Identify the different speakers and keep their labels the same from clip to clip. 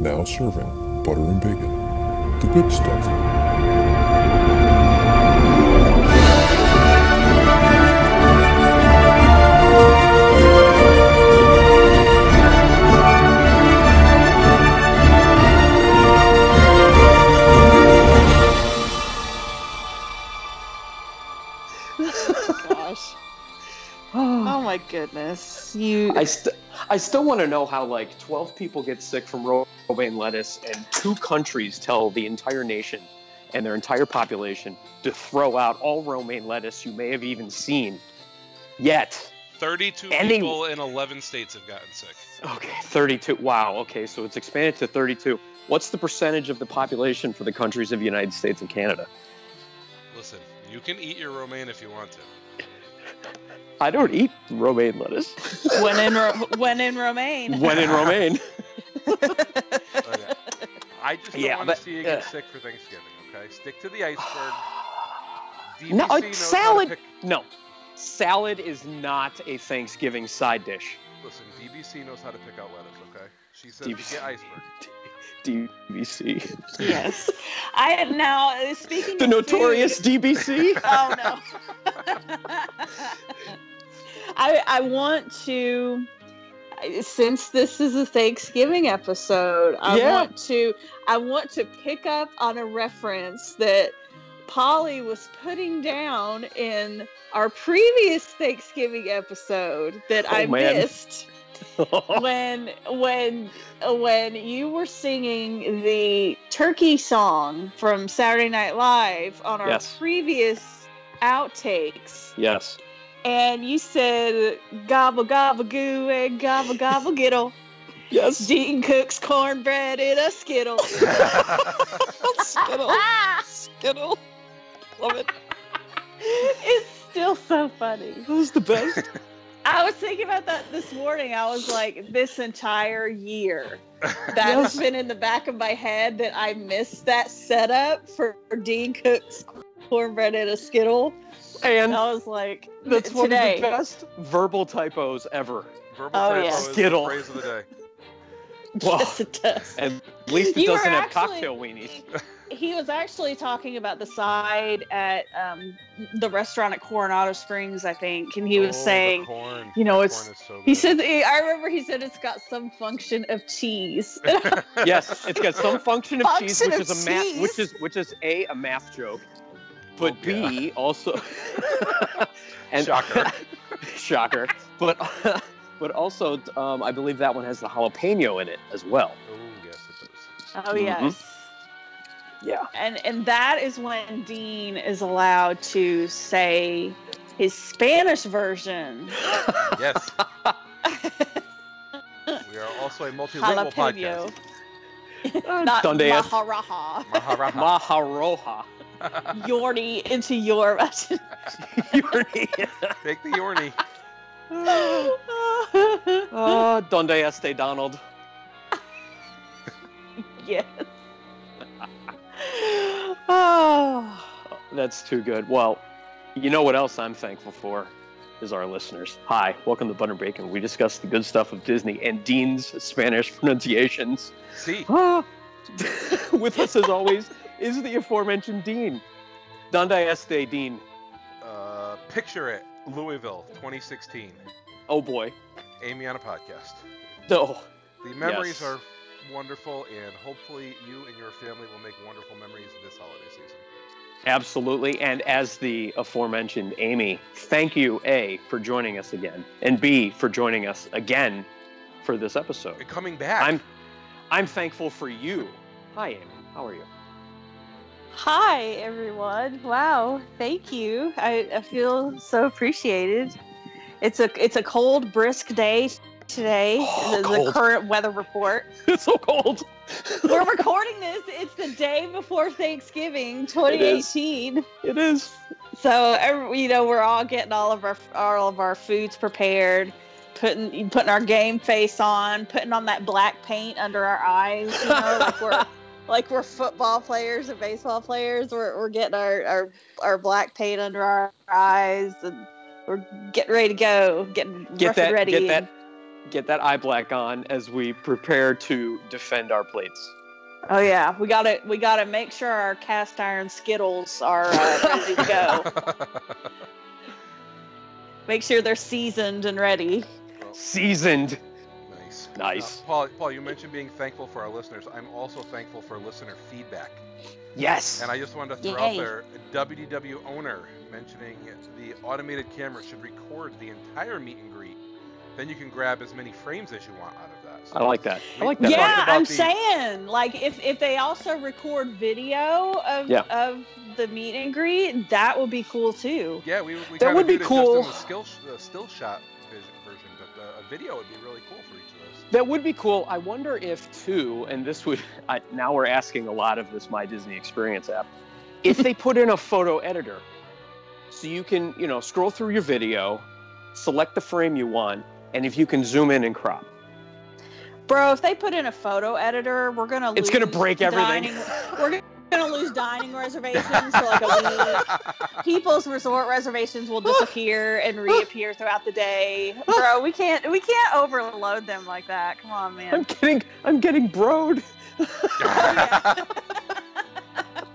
Speaker 1: Now serving butter and bacon. The good stuff.
Speaker 2: Gosh. Oh my goodness. You
Speaker 3: I, st- I still want to know how like 12 people get sick from romaine lettuce and two countries tell the entire nation and their entire population to throw out all romaine lettuce you may have even seen yet.
Speaker 4: 32
Speaker 3: Any-
Speaker 4: people in 11 states have gotten sick.
Speaker 3: Okay, 32. Wow. Okay, so it's expanded to 32. What's the percentage of the population for the countries of the United States and Canada?
Speaker 4: Listen, you can eat your romaine if you want to.
Speaker 3: I don't eat romaine lettuce.
Speaker 2: when in Ro- when in Romaine.
Speaker 3: when in romaine.
Speaker 4: Okay. uh, I just don't
Speaker 3: Yeah,
Speaker 4: want to
Speaker 3: but-
Speaker 4: see you get
Speaker 2: uh,
Speaker 3: yeah.
Speaker 4: sick for Thanksgiving, okay? Stick to the iceberg. DPC
Speaker 3: No,
Speaker 4: knows how
Speaker 3: a
Speaker 4: to
Speaker 3: salad.
Speaker 4: pick-
Speaker 3: No, salad is not a Thanksgiving side dish.
Speaker 4: listen, DBC knows how to pick out lettuce, okay? She says
Speaker 3: DBC.
Speaker 4: to get iceberg.
Speaker 3: DBC.
Speaker 2: yes. I now speaking
Speaker 3: The
Speaker 2: of
Speaker 3: notorious
Speaker 2: food-
Speaker 3: DBC.
Speaker 2: Oh no. I I want to since this is a Thanksgiving episode, I
Speaker 3: Yeah.
Speaker 2: want to I want to pick up on a reference that Polly was putting down in our previous Thanksgiving episode that I
Speaker 3: Oh, man.
Speaker 2: missed when when when you were singing the turkey song from Saturday Night Live on our
Speaker 3: Yes.
Speaker 2: previous outtakes,
Speaker 3: yes.
Speaker 2: and you said gobble gobble goo and gobble gobble gittle,
Speaker 3: Yes.
Speaker 2: Gene Cook's cornbread in a skittle.
Speaker 3: Skittle. Skittle. Love it.
Speaker 2: it's still so funny.
Speaker 3: That was the best.
Speaker 2: I was thinking about that this morning. I was like, this entire year, that's
Speaker 3: Yes.
Speaker 2: been in the back of my head that I missed that setup for Dean Cook's cornbread and a Skittle. And
Speaker 3: And
Speaker 2: I was like,
Speaker 3: that's one of the
Speaker 2: today.
Speaker 3: best verbal typos ever.
Speaker 4: Verbal
Speaker 2: Oh,
Speaker 4: typo
Speaker 2: yeah.
Speaker 4: is the
Speaker 3: Skittle.
Speaker 4: phrase of the day.
Speaker 3: Wow.
Speaker 2: Yes, it does.
Speaker 3: At least it
Speaker 2: You were
Speaker 3: doesn't have
Speaker 2: actually-
Speaker 3: cocktail weenies.
Speaker 2: He was actually talking about the side at um, the restaurant at Coronado Springs, I think, and he was
Speaker 4: Oh, the
Speaker 2: saying,
Speaker 4: corn.
Speaker 2: you know,
Speaker 4: The
Speaker 2: it's-
Speaker 4: corn is so
Speaker 2: he
Speaker 4: good.
Speaker 2: said, I remember he said it's got some function of cheese.
Speaker 3: Yes, it's got some function of cheese,
Speaker 2: Function
Speaker 3: which
Speaker 2: of
Speaker 3: is a math,
Speaker 2: cheese.
Speaker 3: which is which is a a math joke, but
Speaker 4: Oh, God.
Speaker 3: B also, and
Speaker 4: Shocker.
Speaker 3: shocker, but but also um, I believe that one has the jalapeno in it as well.
Speaker 4: Oh, yes, it does.
Speaker 2: oh,
Speaker 3: Mhm.
Speaker 2: yes.
Speaker 3: Mm-hmm. Yeah.
Speaker 2: And and that is when Dean is allowed to say his Spanish version.
Speaker 4: Yes. We are also a multilingual
Speaker 2: Jalapeno.
Speaker 4: podcast.
Speaker 3: Uh,
Speaker 2: Not
Speaker 3: Donde es-
Speaker 2: maharaja.
Speaker 4: Maharaja.
Speaker 3: Maharoha.
Speaker 2: Yorny into your Russian.
Speaker 4: Take the Yorny.
Speaker 3: uh, donde este Donald?
Speaker 2: yes.
Speaker 3: Oh, that's too good. Well, you know what else I'm thankful for is our listeners. Hi, welcome to Butter and Bacon. We discuss the good stuff of Disney and Dean's Spanish pronunciations.
Speaker 4: See,
Speaker 3: Ah. With us, as always, is the aforementioned Dean. Donde este Dean?
Speaker 4: uh, picture it. Louisville, 2016.
Speaker 3: Oh boy. Oh.
Speaker 4: Amy on a podcast.
Speaker 3: No.
Speaker 4: The memories
Speaker 3: Yes.
Speaker 4: are wonderful, and hopefully, you and your family will make wonderful memories this holiday season.
Speaker 3: Absolutely. And as the aforementioned Amy, thank you, A, for joining us again, and B, for joining us again for this episode.
Speaker 4: And coming back.
Speaker 3: I'm I'm thankful for you. Hi, Amy. How are you?
Speaker 2: Hi everyone. Wow, thank you. I, I feel so appreciated. It's a it's a cold, brisk day today.
Speaker 3: Oh,
Speaker 2: the, the
Speaker 3: cold.
Speaker 2: current weather report.
Speaker 3: It's so cold.
Speaker 2: We're recording this. It's the day before Thanksgiving,
Speaker 3: is.
Speaker 2: 2018.
Speaker 3: It is.
Speaker 2: So every- you know we're all getting all of our all of our foods prepared, putting putting our game face on, putting on that black paint under our eyes. You know, like we're like we're football players and baseball players. We're we're getting our our, our black paint under our eyes and. We're getting ready to go, getting
Speaker 3: Get
Speaker 2: rough
Speaker 3: that
Speaker 2: and ready.
Speaker 3: get
Speaker 2: and-
Speaker 3: that get that eye black on as we prepare to defend our plates.
Speaker 2: Oh yeah, we gotta we gotta make sure our cast iron skittles are uh, ready to go. Make sure they're seasoned and ready.
Speaker 3: Seasoned.
Speaker 4: nice.
Speaker 3: Nice.
Speaker 4: Uh, Paul, Paul, you mentioned being thankful for our listeners. I'm also thankful for listener feedback.
Speaker 3: Oh. Yes.
Speaker 4: And I just wanted to throw out
Speaker 2: Yay.
Speaker 4: there WDW owner mentioning the automated camera should record the entire meet and greet. Then you can grab as many frames as you want out of that. So
Speaker 3: I like that. I like that.
Speaker 4: That's
Speaker 2: yeah,
Speaker 4: talking about
Speaker 2: I'm
Speaker 4: the-
Speaker 2: saying like if if they also record video of
Speaker 3: Yeah.
Speaker 2: of the meet and greet, that would be cool too.
Speaker 4: Yeah, we, we
Speaker 3: That
Speaker 4: kinda
Speaker 3: would be
Speaker 4: did it
Speaker 3: cool.
Speaker 4: Just in the skill sh- uh, still shot vision version, but uh, a video would be really cool for each of those.
Speaker 3: That would be cool. I wonder if too, and this would I, now we're asking a lot of this My Disney Experience app. If they put in a photo editor, so you can you know scroll through your video, select the frame you want, and if you can zoom in and crop,
Speaker 2: Bro, if they put in a photo editor, we're gonna lose
Speaker 3: It's gonna break everything.
Speaker 2: Dining, we're gonna lose dining reservations for like a week. People's resort reservations will disappear and reappear throughout the day. Bro, we can't we can't overload them like that. Come on,
Speaker 3: I'm
Speaker 2: man.
Speaker 3: getting I'm getting broed.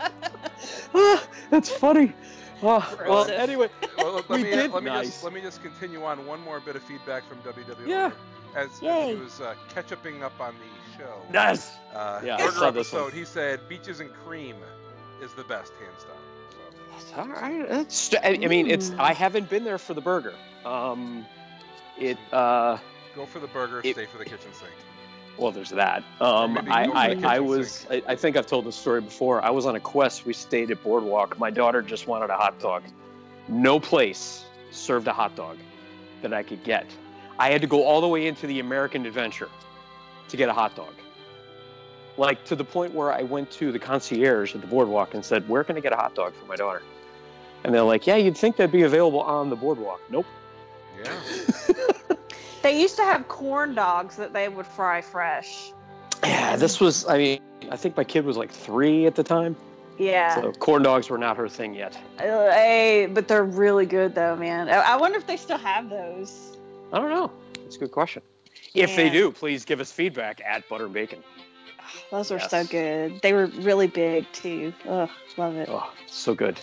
Speaker 3: Ah, that's funny. Ah, well,
Speaker 2: Gross.
Speaker 3: anyway,
Speaker 4: Well, let,
Speaker 3: We
Speaker 4: me,
Speaker 3: did
Speaker 4: let me
Speaker 3: nice.
Speaker 4: just let me just continue on one more bit of feedback from WWE.
Speaker 3: Yeah.
Speaker 4: As, as
Speaker 2: Yay.
Speaker 4: he was uh, ketchuping up on the show.
Speaker 3: nice.
Speaker 4: Uh,
Speaker 3: Yeah, I
Speaker 4: burger
Speaker 3: saw this
Speaker 4: episode,
Speaker 3: one.
Speaker 4: he said beaches and cream is the best hands down. So.
Speaker 3: That's All right. That's st- I, I mean, it's
Speaker 2: Mm.
Speaker 3: I haven't been there for the burger. Um, it uh,
Speaker 4: Go for the burger,
Speaker 3: It-
Speaker 4: stay for the kitchen sink.
Speaker 3: well, there's that. Um,
Speaker 4: Maybe
Speaker 3: I
Speaker 4: go to
Speaker 3: I,
Speaker 4: the
Speaker 3: I
Speaker 4: kitchen
Speaker 3: was I, I think I've told this story before. I was on a quest. We stayed at Boardwalk. My daughter just wanted a hot dog. No place served a hot dog that I could get. I had to go all the way into the American Adventure to get a hot dog. Like to the point where I went to the concierge at the boardwalk and said, "Where can I get a hot dog for my daughter?" And they're like, "Yeah, you'd think that'd be available on the boardwalk." Nope.
Speaker 4: Yeah.
Speaker 2: They used to have corn dogs that they would fry fresh.
Speaker 3: Yeah, this was. I mean, I think my kid was like three at the time,
Speaker 2: Yeah.
Speaker 3: so corn dogs were not her thing yet.
Speaker 2: Uh, Hey, but they're really good though, man. I I wonder if they still have those.
Speaker 3: I don't know. It's a good question. If they
Speaker 2: Man.
Speaker 3: do, please give us feedback at Butter and Bacon.
Speaker 2: Those were
Speaker 3: Yes.
Speaker 2: so good. They were really big too. Ugh, love it.
Speaker 3: Oh, so good.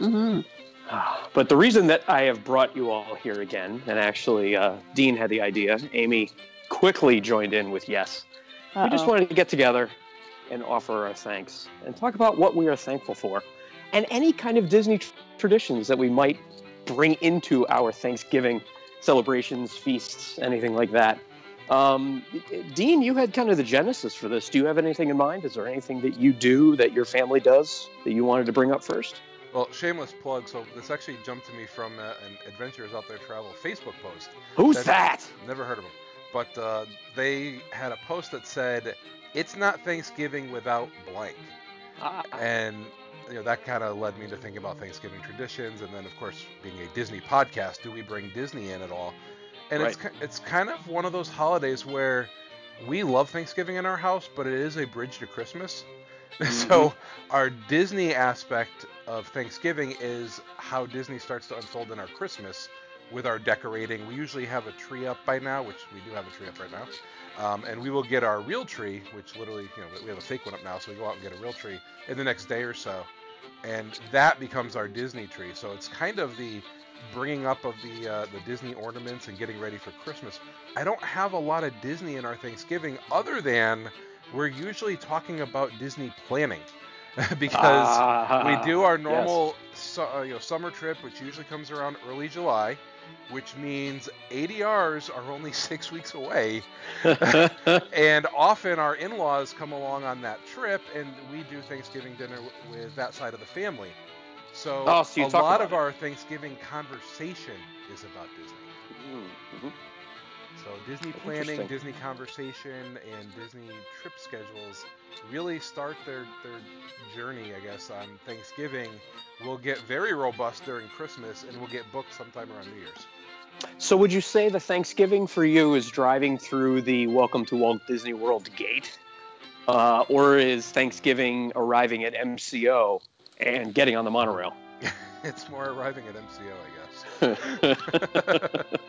Speaker 2: Mm-hmm.
Speaker 3: Ah, But the reason that I have brought you all here again, and actually uh, Dean had the idea, Amy quickly joined in with yes. We just wanted to get together and offer our thanks and talk about what we are thankful for and any kind of Disney tr- traditions that we might bring into our Thanksgiving celebrations, feasts, anything like that. Um, Dean, you had kind of the genesis for this. Do you have anything in mind? Is there anything that you do that your family does that you wanted to bring up first?
Speaker 4: Well, shameless plug. So this actually jumped to me from uh, an Adventures Out There Travel Facebook post.
Speaker 3: Who's that?
Speaker 4: That's- Never heard of them. But uh, they had a post that said, "It's not Thanksgiving without blank,"
Speaker 3: Ah,
Speaker 4: and you know that kind of led me to think about Thanksgiving traditions, and then of course being a Disney podcast, do we bring Disney in at all? And it's ki- it's kind of one of those holidays where we love Thanksgiving in our house, but it is a bridge to Christmas. So our Disney aspect of Thanksgiving is how Disney starts to unfold in our Christmas with our decorating. We usually have a tree up by now, which we do have a tree up right now. Um, and we will get our real tree, which literally, you know, we have a fake one up now, so we go out and get a real tree in the next day or so. And that becomes our Disney tree. So it's kind of the bringing up of the uh, the Disney ornaments and getting ready for Christmas. I don't have a lot of Disney in our Thanksgiving, other than we're usually talking about Disney planning, because we
Speaker 3: Ah,
Speaker 4: do our normal su- uh, you know, summer trip, which usually comes around early July, which means ADRs are only six weeks away. And often our in laws come along on that trip, and we do Thanksgiving dinner w- with that side of the family. So,
Speaker 3: Oh, so you
Speaker 4: a
Speaker 3: talk
Speaker 4: lot
Speaker 3: about
Speaker 4: of
Speaker 3: it.
Speaker 4: our Thanksgiving conversation is about Disney.
Speaker 3: Mhm.
Speaker 4: So Disney
Speaker 3: Interesting.
Speaker 4: planning, Disney conversation, and Disney trip schedules really start their their journey, I guess, on Thanksgiving. We'll get very robust during Christmas, and we'll get booked sometime around New Year's.
Speaker 3: So would you say the Thanksgiving for you is driving through the Welcome to Walt Disney World gate, uh, or is Thanksgiving arriving at MCO and getting on the monorail?
Speaker 4: It's more arriving at MCO, I guess.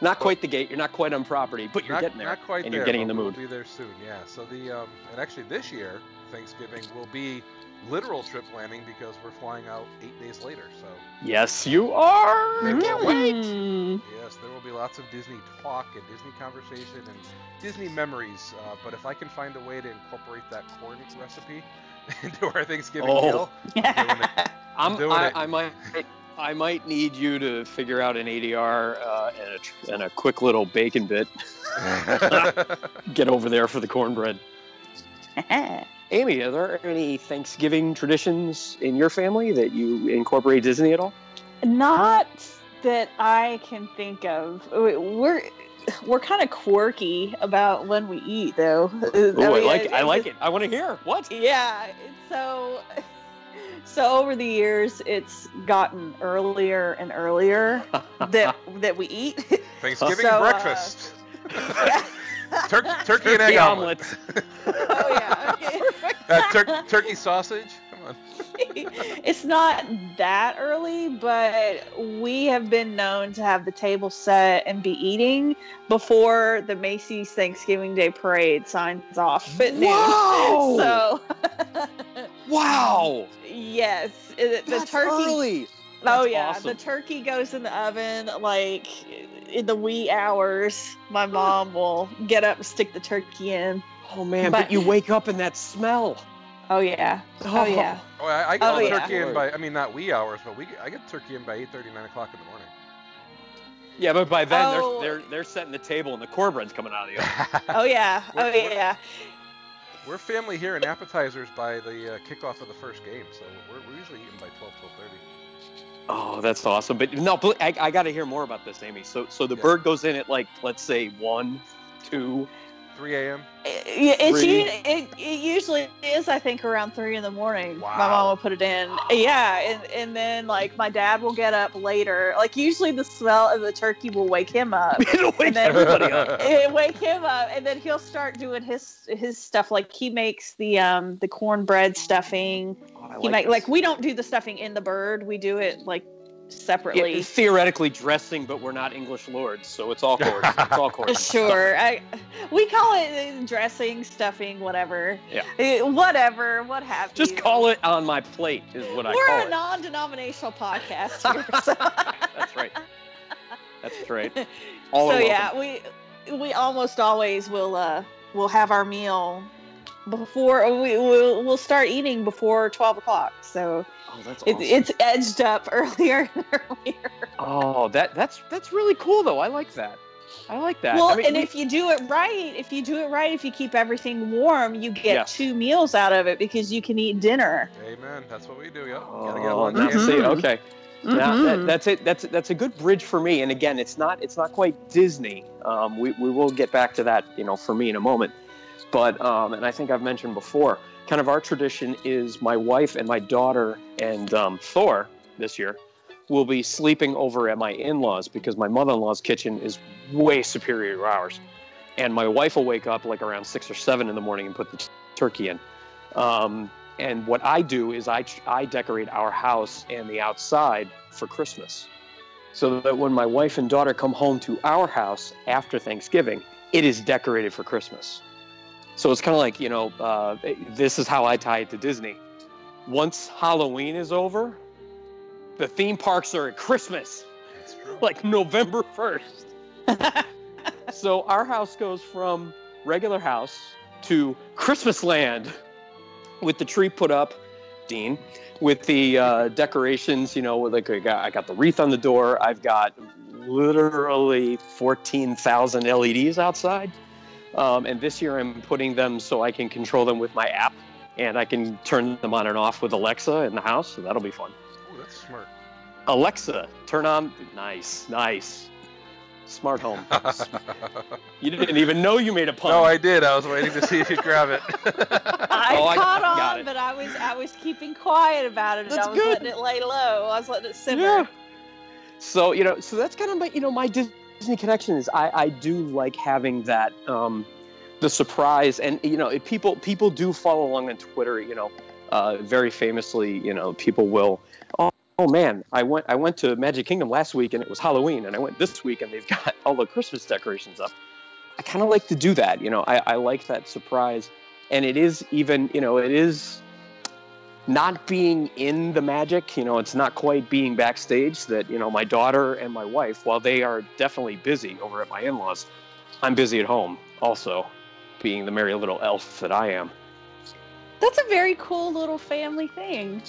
Speaker 3: Not quite the gate. You're not quite on property, but you're
Speaker 4: not,
Speaker 3: getting there.
Speaker 4: Not quite
Speaker 3: and
Speaker 4: there,
Speaker 3: you're getting
Speaker 4: but
Speaker 3: in the
Speaker 4: we'll
Speaker 3: mood.
Speaker 4: Be there soon, yeah. So the um, and actually this year Thanksgiving will be literal trip planning because we're flying out eight days later. So
Speaker 3: Yes, you are.
Speaker 4: They
Speaker 3: Can't
Speaker 4: won't
Speaker 3: wait.
Speaker 4: yes, there will be lots of Disney talk and Disney conversation and Disney memories. Uh, but if I can find a way to incorporate that corn recipe into our Thanksgiving
Speaker 3: Oh.
Speaker 4: meal, I'm doing it.
Speaker 2: Mm-hmm.
Speaker 3: I'm,
Speaker 4: doing
Speaker 3: I,
Speaker 4: it.
Speaker 3: I might. I might need you to figure out an ADR uh, and, a, tr- and a quick little bacon bit. Get over there for the cornbread. Amy, are there any Thanksgiving traditions in your family that you incorporate Disney at all?
Speaker 2: Not that I can think of. We- We're we're kind of quirky about when we eat, though.
Speaker 3: Ooh, I, like
Speaker 2: uh,
Speaker 3: it. I like it. I want to hear. What?
Speaker 2: Yeah. it's So so over the years, it's gotten earlier and earlier that that we eat.
Speaker 4: Thanksgiving
Speaker 2: So, uh,
Speaker 4: breakfast.
Speaker 2: Yeah.
Speaker 4: Tur- turkey and egg
Speaker 3: Turkey
Speaker 4: omelet.
Speaker 3: omelets.
Speaker 2: Oh yeah. Okay.
Speaker 4: uh, tur- turkey sausage. Come on.
Speaker 2: it's not that early, but we have been known to have the table set and be eating before the Macy's Thanksgiving Day Parade signs off at noon.
Speaker 3: Wow!
Speaker 2: So,
Speaker 3: Wow.
Speaker 2: yes, it- the
Speaker 3: That's
Speaker 2: turkey.
Speaker 3: early.
Speaker 2: oh
Speaker 3: That's
Speaker 2: yeah, the
Speaker 3: awesome.
Speaker 2: turkey goes in the oven like in the wee hours. My mom will get up and stick the turkey in.
Speaker 3: Oh man,
Speaker 2: But-
Speaker 3: but, you wake up in that smell.
Speaker 2: Oh yeah. Oh yeah.
Speaker 4: Oh, I, I get
Speaker 2: Oh, yeah.
Speaker 4: turkey in by. I mean, not wee hours, but we. get- I get turkey in by 8:30, 9 o'clock in the morning.
Speaker 3: Yeah, but by then
Speaker 2: Oh.
Speaker 3: they're they're they're setting the table and the cornbread's coming out of the oven.
Speaker 2: Oh yeah. Oh
Speaker 4: We're- we're-
Speaker 2: yeah.
Speaker 4: We're family here and appetizers by the uh, kickoff of the first game, so we're, we're usually eating by 12, 12:30.
Speaker 3: Oh, that's awesome. But no, but I, I got to hear more about this, Amy. So so the
Speaker 4: Yeah.
Speaker 3: bird goes in at like let's say one, two.
Speaker 4: 3 a.m.
Speaker 2: It, it's
Speaker 3: Three.
Speaker 2: u- it, it usually is I think around three in the morning. My
Speaker 4: Wow.
Speaker 2: mom will put it in. Yeah, and, and then like my dad will get up later. Like usually the smell of the turkey will wake him up.
Speaker 3: It'll wake
Speaker 2: And then-
Speaker 3: everybody up.
Speaker 2: it wake him up, and then he'll start doing his his stuff. Like he makes the um the cornbread stuffing.
Speaker 3: Oh, I
Speaker 2: he
Speaker 3: like
Speaker 2: make like
Speaker 3: this.
Speaker 2: we don't do the stuffing in the bird. We do it like separately.
Speaker 3: Yeah, theoretically dressing, but we're not English lords, so it's all course. It's all course.
Speaker 2: Sure. I, we call it uh, dressing, stuffing, whatever.
Speaker 3: Yeah.
Speaker 2: Eh, whatever, what have
Speaker 3: Just
Speaker 2: you.
Speaker 3: call it on my plate is what I
Speaker 2: We're
Speaker 3: call
Speaker 2: a
Speaker 3: it.
Speaker 2: non-denominational podcast here. So,
Speaker 3: That's right. That's right. All
Speaker 2: so
Speaker 3: are welcome.
Speaker 2: yeah, we we almost always will uh will have our meal before we we'll, we'll start eating before twelve o'clock. So
Speaker 3: Oh, that's
Speaker 2: it,
Speaker 3: awesome.
Speaker 2: it's edged up earlier and earlier.
Speaker 3: oh, that that's that's really cool though. I like that. I like that.
Speaker 2: Well,
Speaker 3: I mean,
Speaker 2: and
Speaker 3: we-
Speaker 2: if you do it right, if you do it right, if you keep everything warm, you get
Speaker 3: Yes.
Speaker 2: two meals out of it because you can eat dinner.
Speaker 4: Amen. That's what we do. Yep. Gotta get
Speaker 3: oh,
Speaker 4: lunch.
Speaker 3: now
Speaker 4: in.
Speaker 2: Mhm.
Speaker 3: see, okay. Now that,
Speaker 2: Mhm.
Speaker 3: that's it. That's that's a good bridge for me. And again, it's not it's not quite Disney. Um, we we will get back to that, you know, for me in a moment. But um, and I think I've mentioned before, kind of our tradition is my wife and my daughter and um, Thor this year will be sleeping over at my in-laws because my mother-in-law's kitchen is way superior to ours. And my wife will wake up like around six or seven in the morning and put the t- turkey in. Um, and what I do is I I decorate our house and the outside for Christmas, so that when my wife and daughter come home to our house after Thanksgiving, it is decorated for Christmas. So it's kind of like you know uh, this is how I tie it to Disney. Once Halloween is over, the theme parks are at Christmas,
Speaker 4: That's true.
Speaker 3: like November first. so our house goes from regular house to Christmas land with the tree put up, Dean, with the uh, decorations, you know, with like I got, I got the wreath on the door. I've got literally 14,000 LEDs E outside. Um, and this year I'm putting them so I can control them with my app and I can turn them on and off with Alexa in the house. So that'll be fun.
Speaker 4: Ooh, that's smart.
Speaker 3: Alexa, turn on. Nice, nice. Smart home. you didn't even know you made a pun.
Speaker 4: no, I did. I was waiting to see if you'd grab it.
Speaker 2: I
Speaker 3: Oh, I
Speaker 2: caught
Speaker 3: got
Speaker 2: on,
Speaker 3: it.
Speaker 2: but I was I was keeping quiet about it. and
Speaker 3: That's
Speaker 2: I was
Speaker 3: good.
Speaker 2: letting it lay low. I was letting it simmer.
Speaker 3: Yeah. So you know, so that's kind of my you know my Disney connection is I I do like having that um the surprise and you know it, people people do follow along on Twitter you know uh, very famously you know people will oh oh man, I went I went to Magic Kingdom last week and it was Halloween, and I went this week and they've got all the Christmas decorations up. I kind of like to do that, you know. I, I like that surprise, and it is even, you know, it is not being in the magic, you know, it's not quite being backstage. That you know, my daughter and my wife, while they are definitely busy over at my in-laws, I'm busy at home also, being the merry little elf that I am.
Speaker 2: That's a very cool little family thing.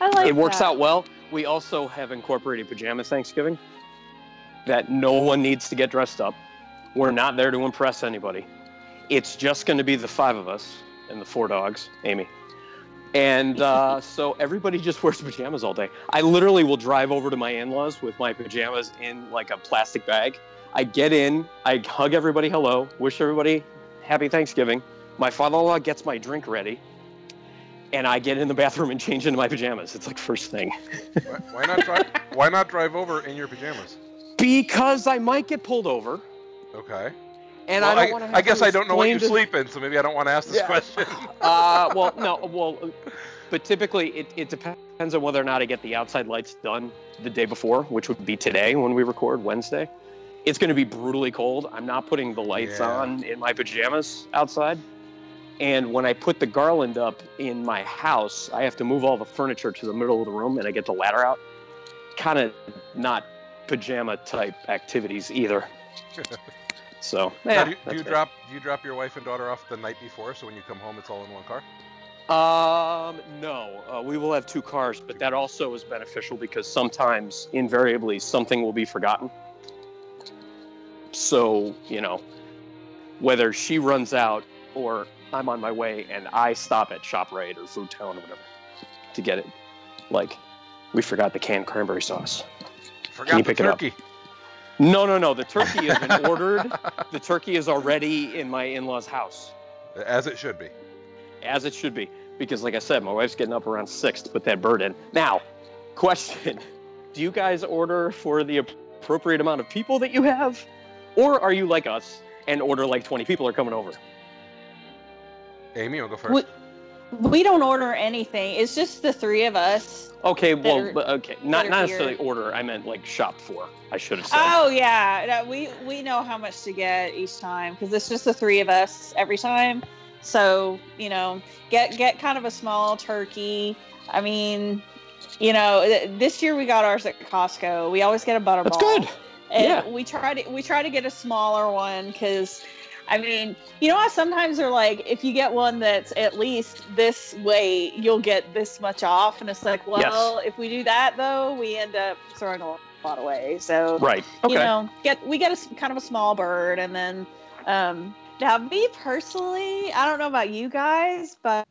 Speaker 2: I like
Speaker 3: it works
Speaker 2: that.
Speaker 3: out well. We also have incorporated pajama Thanksgiving that no one needs to get dressed up. We're not there to impress anybody. It's just going to be the five of us and the four dogs, Amy. And uh, so everybody just wears pajamas all day. I literally will drive over to my in laws with my pajamas in like a plastic bag. I get in, I hug everybody hello, wish everybody happy Thanksgiving. My father in law gets my drink ready, and I get in the bathroom and change into my pajamas. It's like first thing.
Speaker 4: Why, why not drive? why not drive over in your pajamas?
Speaker 3: Because I might get pulled over,
Speaker 4: Okay.
Speaker 3: and
Speaker 4: Well,
Speaker 3: I don't want to.
Speaker 4: I guess I don't know what you sleep in, so maybe I don't want to ask this
Speaker 3: Yeah.
Speaker 4: question.
Speaker 3: Uh, well, no, well, but typically it, it depends on whether or not I get the outside lights done the day before, which would be today when we record Wednesday. It's going to be brutally cold. I'm not putting the lights
Speaker 4: Yeah.
Speaker 3: on in my pajamas outside. And when I put the garland up in my house, I have to move all the furniture to the middle of the room and I get the ladder out. Kind of not pajama type activities either. so,
Speaker 4: Now,
Speaker 3: yeah,
Speaker 4: do you, do
Speaker 3: that's
Speaker 4: you
Speaker 3: it.
Speaker 4: drop do you drop your wife and daughter off the night before, so when you come home, it's all in one car?
Speaker 3: Um, no, uh, we will have two cars, but that also is beneficial because sometimes, invariably, something will be forgotten. So, you know, whether she runs out or I'm on my way and I stop at ShopRite or Food Town or whatever to get it. Like, we forgot the canned cranberry sauce.
Speaker 4: Forgot the
Speaker 3: pick it up?
Speaker 4: turkey.
Speaker 3: No, no, no. The turkey has been ordered. The turkey is already in my in law's house.
Speaker 4: As it should be.
Speaker 3: as it should be because like i said my wife's getting up around six to put that bird in now question do you guys order for the appropriate amount of people that you have or are you like us and order like 20 people are coming over
Speaker 4: Amy, you'll go first.
Speaker 2: We, we don't order anything. It's just the three of us.
Speaker 3: okay well
Speaker 2: Better-
Speaker 3: but okay not,
Speaker 2: better
Speaker 3: not necessarily
Speaker 2: here.
Speaker 3: order i meant like shop for i should have said
Speaker 2: Oh yeah, no, we we know how much to get each time because it's just the three of us every time. So you know, get get kind of a small turkey. I mean, you know, th- this year we got ours at Costco. We always get a butterball.
Speaker 3: that's good
Speaker 2: And
Speaker 3: Yeah.
Speaker 2: we try to we try to get a smaller one because, I mean, you know, how sometimes they're like, if you get one that's at least this weight, you'll get this much off, and it's like, well, if we do that though, we end up throwing a lot away. So
Speaker 3: right okay
Speaker 2: you know, get we get a s- kind of a small bird, and then um, now me personally, I don't know about you guys, but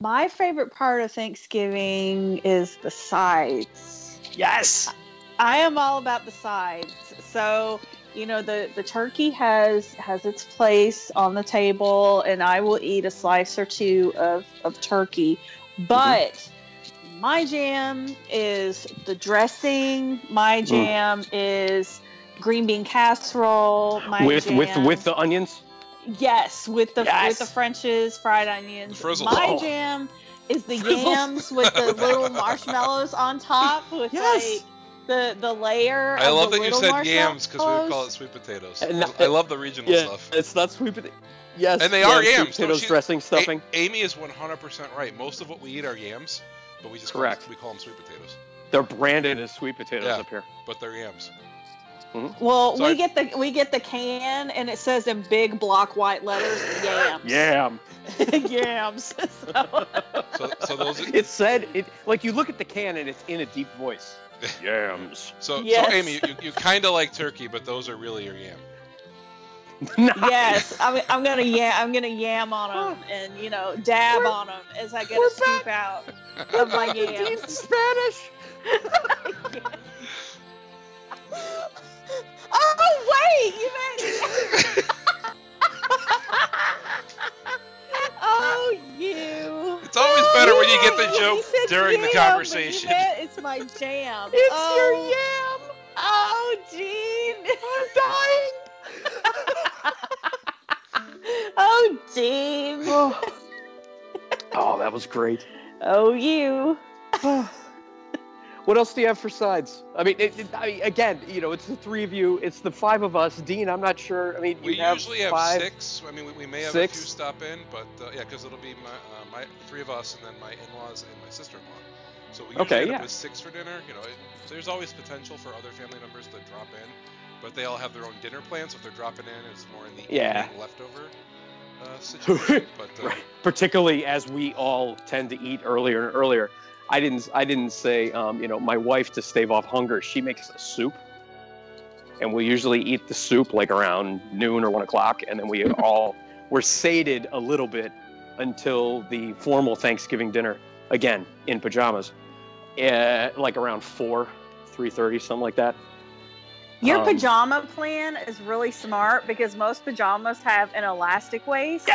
Speaker 2: my favorite part of Thanksgiving is the sides.
Speaker 3: yes
Speaker 2: I am all about the sides. So, you know, the the turkey has has its place on the table and I will eat a slice or two of of turkey.
Speaker 3: Mm-hmm.
Speaker 2: But my jam is the dressing. My
Speaker 3: Mm.
Speaker 2: jam is green bean casserole. My
Speaker 3: with with
Speaker 2: jam-
Speaker 3: with the onions
Speaker 2: Yes, with the
Speaker 3: Yes.
Speaker 2: with the Frenches, fried onions.
Speaker 5: Frizzled.
Speaker 2: My
Speaker 3: Oh.
Speaker 2: jam is the
Speaker 3: Frizzled.
Speaker 2: yams with the little marshmallows on top with
Speaker 3: Yes.
Speaker 2: like the the layer.
Speaker 5: I
Speaker 2: of
Speaker 5: love
Speaker 2: the
Speaker 5: that you
Speaker 2: little
Speaker 5: said yams because we would call it
Speaker 2: marshmallows.
Speaker 5: sweet potatoes.
Speaker 3: And that-
Speaker 5: I love the regional
Speaker 3: yeah
Speaker 5: stuff.
Speaker 3: it's not sweet pota- yes
Speaker 5: And they
Speaker 3: yeah,
Speaker 5: are
Speaker 3: sweet
Speaker 5: yams, don't
Speaker 3: potatoes
Speaker 5: you-
Speaker 3: dressing
Speaker 5: A-
Speaker 3: stuffing
Speaker 5: Amy is 100% right. Most of what we eat are yams, but we just call
Speaker 3: Correct.
Speaker 5: Them, we call them sweet potatoes,
Speaker 3: they're branded as sweet potatoes
Speaker 5: Yeah.
Speaker 3: up here
Speaker 5: but they're yams.
Speaker 2: Well,
Speaker 5: Sorry.
Speaker 2: we get the we get the can and it says in big block white letters yams.
Speaker 3: yam
Speaker 2: yams. So,
Speaker 5: So, so those. are-
Speaker 3: it said it like you look at the can and it's in a deep voice. Yams.
Speaker 5: So,
Speaker 2: Yes.
Speaker 5: so Amy, you, you kind of like turkey, but those are really your yam.
Speaker 2: yes, I'm, I'm gonna yeah I'm gonna yam on them and you know dab
Speaker 3: We're-
Speaker 2: on them as I get
Speaker 3: we're
Speaker 2: a scoop out of my yams.
Speaker 3: Spanish.
Speaker 2: Oh wait, you meant. oh you. Oh,
Speaker 5: It's always better when you get the
Speaker 2: Yeah, Oh, he
Speaker 5: joke
Speaker 2: said
Speaker 5: during the
Speaker 2: jam, but you
Speaker 5: conversation.
Speaker 2: meant It's my jam.
Speaker 3: It's
Speaker 2: oh,
Speaker 3: your yam.
Speaker 2: Oh, Gene. I'm dying. oh, Gene.
Speaker 3: Oh. that was great.
Speaker 2: Oh, you.
Speaker 3: What else do you have for sides? I mean, it, it, I mean, again, you know, it's the three of you, it's the five of us. Dean, I'm not sure. I mean, you
Speaker 5: We
Speaker 3: have
Speaker 5: usually have
Speaker 3: five.
Speaker 5: six. I mean, we, we may have
Speaker 3: Six?
Speaker 5: a few stop in, but uh, yeah, because it'll be my, uh, my the three of us and then my in-laws and my sister-in-law. So we usually
Speaker 3: Okay,
Speaker 5: end
Speaker 3: yeah.
Speaker 5: up with six for dinner. You know, it, so there's always potential for other family members to drop in, but they all have their own dinner plans. So if they're dropping in, it's more in the
Speaker 3: Yeah.
Speaker 5: evening leftover uh, situation. but uh,
Speaker 3: Right. Particularly as we all tend to eat earlier and earlier. I didn't. I didn't say. Um, you know, my wife to stave off hunger. She makes a soup, and we usually eat the soup like around noon or one o'clock, and then we all we're sated a little bit until the formal Thanksgiving dinner again in pajamas, uh, like around four, three thirty, something like that.
Speaker 2: Your
Speaker 3: Um,
Speaker 2: pajama plan is really smart because most pajamas have an elastic waist.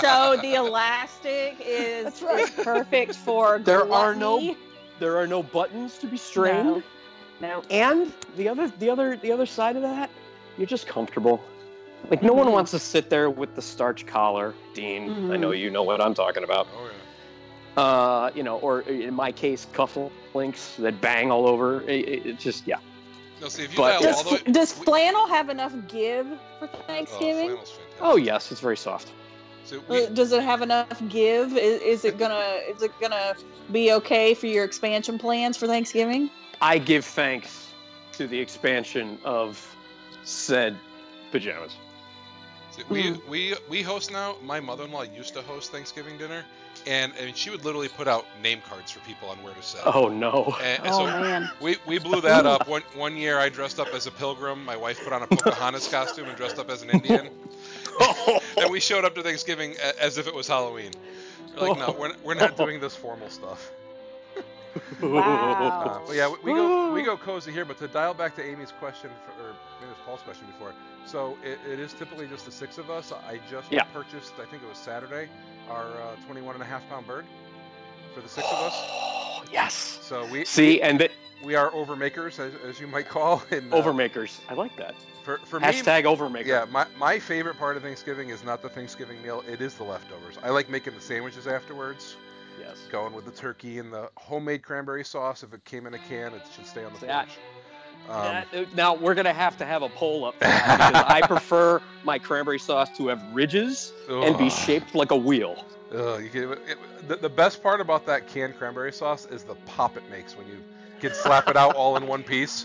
Speaker 2: So the elastic is,
Speaker 3: That's right.
Speaker 2: is perfect for
Speaker 3: There are
Speaker 2: gluttony.
Speaker 3: There are no buttons to be strained.
Speaker 2: no.
Speaker 3: And the other, the other, the other side of that, you're just comfortable. Mm-hmm. Like no one
Speaker 2: Mhm.
Speaker 3: wants to sit there with the starch collar, Dean. I know you know what I'm talking about.
Speaker 5: oh
Speaker 3: Uh, you know, or in my case, cufflinks that bang all over. It, it, it's just yeah.
Speaker 5: yeah. No, see if you
Speaker 3: But-
Speaker 5: dial all
Speaker 2: Does,
Speaker 5: the way.
Speaker 2: does
Speaker 5: we-
Speaker 2: flannel have enough give for
Speaker 5: Oh,
Speaker 2: Thanksgiving?
Speaker 5: flannel's fantastic.
Speaker 3: Oh yes, it's very soft.
Speaker 5: So we,
Speaker 2: Uh, does it have enough give? Is, is it gonna is it gonna be okay for your expansion plans for Thanksgiving?
Speaker 3: I give thanks to the expansion of said pajamas.
Speaker 5: See, we, we we host now. My mother-in-law used to host Thanksgiving dinner, and I mean, she would literally put out name cards for people on where to sit.
Speaker 3: Oh no.
Speaker 5: And, and
Speaker 2: oh
Speaker 5: so
Speaker 2: man.
Speaker 5: we, we blew that up. One one year, I dressed up as a pilgrim. My wife put on a Pocahontas costume and dressed up as an Indian, and we showed up to Thanksgiving a- as if it was Halloween. We're like, no, we're, we're
Speaker 4: We're not
Speaker 5: not doing.
Speaker 4: doing this formal stuff.
Speaker 2: Wow.
Speaker 4: Uh, but yeah, we, we go we go cozy here. But to dial back to Amy's question, for, or maybe it was Paul's question before. So it, it is typically just the six of us. I just
Speaker 3: Yeah.
Speaker 4: purchased, I think it was Saturday, our uh, 21 and a half pound bird for the six of us.
Speaker 3: yes.
Speaker 4: So we
Speaker 3: See, and the
Speaker 4: we are overmakers, as, as you might call. And uh,
Speaker 3: overmakers. I like that.
Speaker 4: for, for me,
Speaker 3: Hashtag overmaker.
Speaker 4: Yeah, my, my favorite part of Thanksgiving is not the Thanksgiving meal, it is the leftovers. I like making the sandwiches afterwards,
Speaker 3: Yes.
Speaker 4: going with the turkey and the homemade cranberry sauce. If it came in a can, it should stay on the
Speaker 3: See, I-
Speaker 4: porch.
Speaker 3: Yeah,
Speaker 4: Um,
Speaker 3: uh, now we're gonna have to have a poll up for that because I prefer my cranberry sauce to have ridges and be
Speaker 4: ugh,
Speaker 3: shaped like a wheel.
Speaker 4: ugh, you can- it- the, the best part about that canned cranberry sauce is the pop it makes when you can slap it out all in one piece.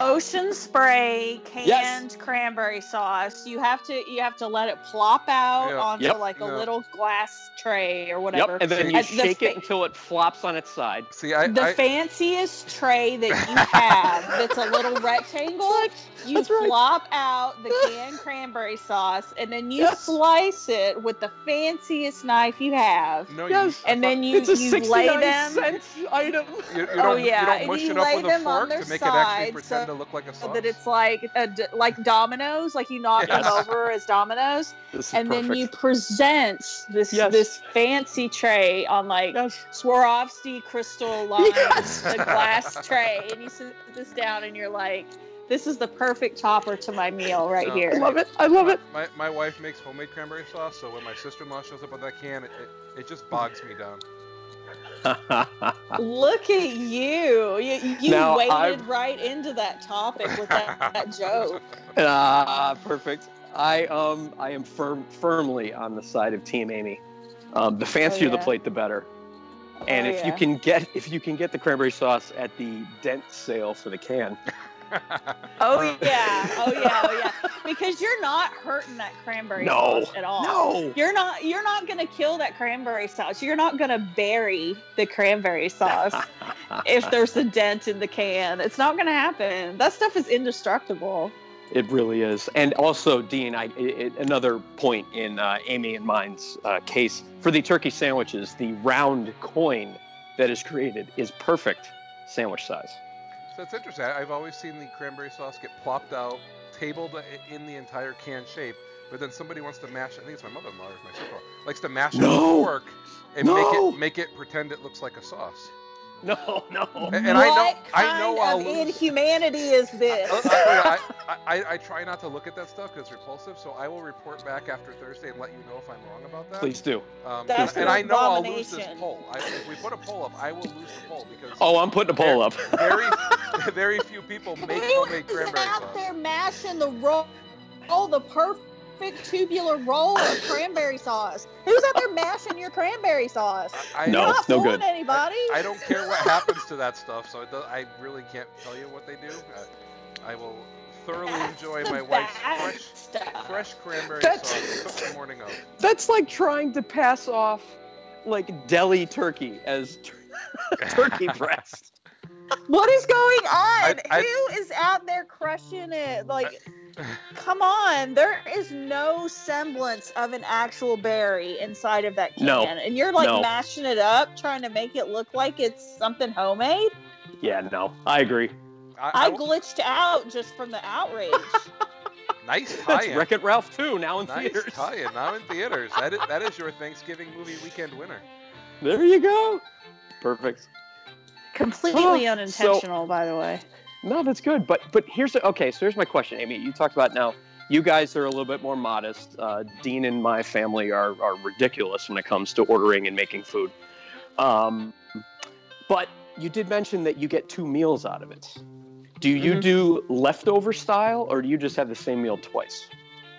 Speaker 2: Ocean spray canned
Speaker 3: Yes.
Speaker 2: cranberry sauce. You have to you have to let it plop out
Speaker 4: Yeah.
Speaker 2: onto
Speaker 3: Yep.
Speaker 2: like a
Speaker 4: Yeah.
Speaker 2: little glass tray or whatever.
Speaker 3: Yep, and then you
Speaker 2: At the
Speaker 3: shake it
Speaker 2: fa-
Speaker 3: until it flops on its side.
Speaker 4: See, I,
Speaker 2: the
Speaker 4: I
Speaker 2: fanciest tray that you have that's a little rectangle, you
Speaker 3: That's right.
Speaker 2: flop out the canned cranberry sauce and then you
Speaker 3: Yes.
Speaker 2: slice it with the fanciest knife you have.
Speaker 4: no,
Speaker 3: Yes.
Speaker 4: you, I
Speaker 2: And then
Speaker 4: thought-
Speaker 2: you,
Speaker 3: It's a
Speaker 2: you lay
Speaker 3: sixty-nine
Speaker 2: them.
Speaker 3: cents item.
Speaker 4: you, you don't,
Speaker 2: oh,
Speaker 4: you
Speaker 2: yeah,
Speaker 4: don't
Speaker 2: and
Speaker 4: mush
Speaker 2: you
Speaker 4: it up
Speaker 2: lay
Speaker 4: with a
Speaker 2: them on
Speaker 4: fork
Speaker 2: their
Speaker 4: to make it actually
Speaker 2: side, so-
Speaker 4: pretend to look like a
Speaker 2: so
Speaker 4: sauce.
Speaker 2: that it's like a d like dominoes, like you knock
Speaker 3: Yes.
Speaker 2: them over as dominoes,
Speaker 3: This is
Speaker 2: and then
Speaker 3: perfect.
Speaker 2: you present this
Speaker 3: Yes.
Speaker 2: this fancy tray on like
Speaker 3: Yes.
Speaker 2: Swarovski crystal line,
Speaker 3: Yes.
Speaker 2: the glass tray, and you sit this down, and you're like, "This is the perfect topper to my meal right
Speaker 4: Yeah.
Speaker 3: I
Speaker 2: here."
Speaker 3: love it. I love it.
Speaker 4: My, my wife makes homemade cranberry sauce, so when my sister-in-law shows up with that can, it, it, it just bogs me down.
Speaker 2: Look at you! You, you
Speaker 3: Now,
Speaker 2: waded
Speaker 3: I've-
Speaker 2: right into that topic with that, that joke.
Speaker 3: Ah, perfect. I um I am firm firmly on the side of Team Amy. Um, the fancier the
Speaker 2: Oh, yeah.
Speaker 3: plate, the better. And
Speaker 2: Oh,
Speaker 3: if
Speaker 2: yeah.
Speaker 3: you can get if you can get the cranberry sauce at the dent sale for the can,
Speaker 2: Oh yeah! Oh yeah! Oh yeah! Because you're not hurting that cranberry
Speaker 3: No.
Speaker 2: sauce at all.
Speaker 3: no.
Speaker 2: You're not you're not gonna kill that cranberry sauce. You're not gonna bury the cranberry sauce if there's a dent in the can. It's not gonna happen. That stuff is indestructible.
Speaker 3: It really is. And also, Dean, I, i i another point in uh, Amy and mine's uh, case for the turkey sandwiches, the round coin that is created is perfect sandwich size.
Speaker 4: So it's interesting. I- I've always seen the cranberry sauce get plopped out, tabled i- in the entire can shape, but then somebody wants to mash. I think it's my mother-in-law or my sister-in-law likes to mash it with
Speaker 3: No!
Speaker 4: a fork and
Speaker 3: No!
Speaker 4: make it make it pretend it looks like a sauce.
Speaker 3: no, no.
Speaker 4: And, and I know,
Speaker 2: what
Speaker 4: I know, I'll
Speaker 2: kind of
Speaker 4: lose.
Speaker 2: inhumanity is this?
Speaker 4: I, I, I, I- I try not to look at that stuff because it's repulsive. So I will report back after Thursday and let you know if I'm wrong about that.
Speaker 3: Please do.
Speaker 4: Um,
Speaker 2: That's
Speaker 4: and, and I
Speaker 2: an
Speaker 4: know I'll lose this
Speaker 2: abomination.
Speaker 4: poll. I, if we put a poll up, I will lose the poll because
Speaker 3: Oh, I'm putting a poll up.
Speaker 4: very, very few people make
Speaker 2: They
Speaker 4: homemade
Speaker 2: was
Speaker 4: cranberry
Speaker 2: out
Speaker 4: sauce.
Speaker 2: there mashing the roll, oh, the perfect tubular roll of cranberry sauce. Who's out there mashing your cranberry sauce?
Speaker 4: I,
Speaker 3: No,
Speaker 2: You're
Speaker 4: I,
Speaker 2: not
Speaker 3: no
Speaker 2: fooling
Speaker 3: good.
Speaker 2: anybody.
Speaker 4: I don't care what happens to that stuff, so it does, I really can't tell you what they do. I, I will thoroughly
Speaker 2: That's
Speaker 4: enjoy
Speaker 2: the
Speaker 4: my wife's
Speaker 2: bad
Speaker 4: fresh,
Speaker 2: stuff.
Speaker 4: fresh cranberry
Speaker 3: That's-
Speaker 4: sauce cooked the morning of.
Speaker 3: That's like trying to pass off like deli turkey as tur- turkey breast.
Speaker 2: What is going on?
Speaker 4: I- I-
Speaker 2: Who is out there crushing it? Like, come on. There is no semblance of an actual berry inside of that can.
Speaker 3: No.
Speaker 2: And you're like
Speaker 3: No.
Speaker 2: mashing it up, trying to make it look like it's something homemade.
Speaker 3: Yeah, no, I agree.
Speaker 2: I
Speaker 4: will-
Speaker 2: glitched out just from the outrage.
Speaker 4: nice
Speaker 3: That's
Speaker 4: tie-in.
Speaker 3: Wreck It Ralph too now in
Speaker 4: Nice
Speaker 3: theaters.
Speaker 4: tie-in. Now in theaters. That is, that is your Thanksgiving movie weekend winner.
Speaker 3: There you go. Perfect.
Speaker 2: Completely
Speaker 3: So-
Speaker 2: unintentional, by the way.
Speaker 3: No, that's good. But but here's okay. So here's my question, Amy. You talked about now. You guys are a little bit more modest. Uh, Dean and my family are are ridiculous when it comes to ordering and making food. Um, but you did mention that you get two meals out of it. Do you
Speaker 2: Mhm.
Speaker 3: do leftover style, or do you just have the same meal twice?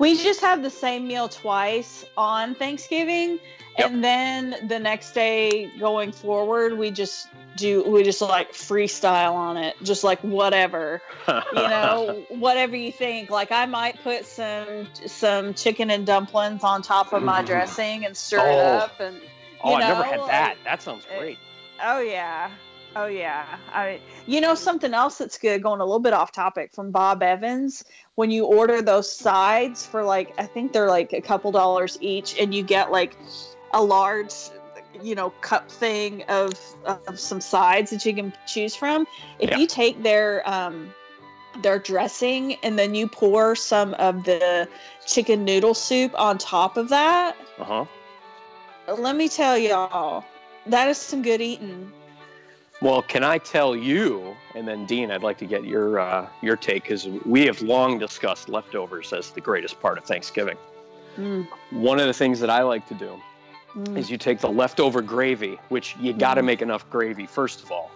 Speaker 2: We just have the same meal twice on Thanksgiving, and then the next day going forward, we just do we just like freestyle on it, just like whatever, you know, whatever you think. Like I might put some some chicken and dumplings on top of my
Speaker 3: Mhm.
Speaker 2: dressing and stir
Speaker 3: Oh.
Speaker 2: it up, and
Speaker 3: oh,
Speaker 2: you
Speaker 3: I've never
Speaker 2: know,
Speaker 3: had
Speaker 2: like-
Speaker 3: that. that sounds
Speaker 2: Uh,
Speaker 3: great.
Speaker 2: Oh yeah. Oh yeah. I you know something else that's good going a little bit off topic from Bob Evans when you order those sides for like I think they're like a couple dollars each and you get like a large you know cup thing of of some sides that you can choose from if
Speaker 3: Yeah.
Speaker 2: you take their um their dressing and then you pour some of the chicken noodle soup on top of that
Speaker 3: Uh huh.
Speaker 2: let me tell y'all that is some good eating
Speaker 3: Well, can I tell you, and then Dean, I'd like to get your uh, your take because we have long discussed leftovers as the greatest part of Thanksgiving.
Speaker 2: Mm,
Speaker 3: One of the things that I like to do
Speaker 2: mm.
Speaker 3: is you take the leftover gravy, which you got to make enough gravy first of all.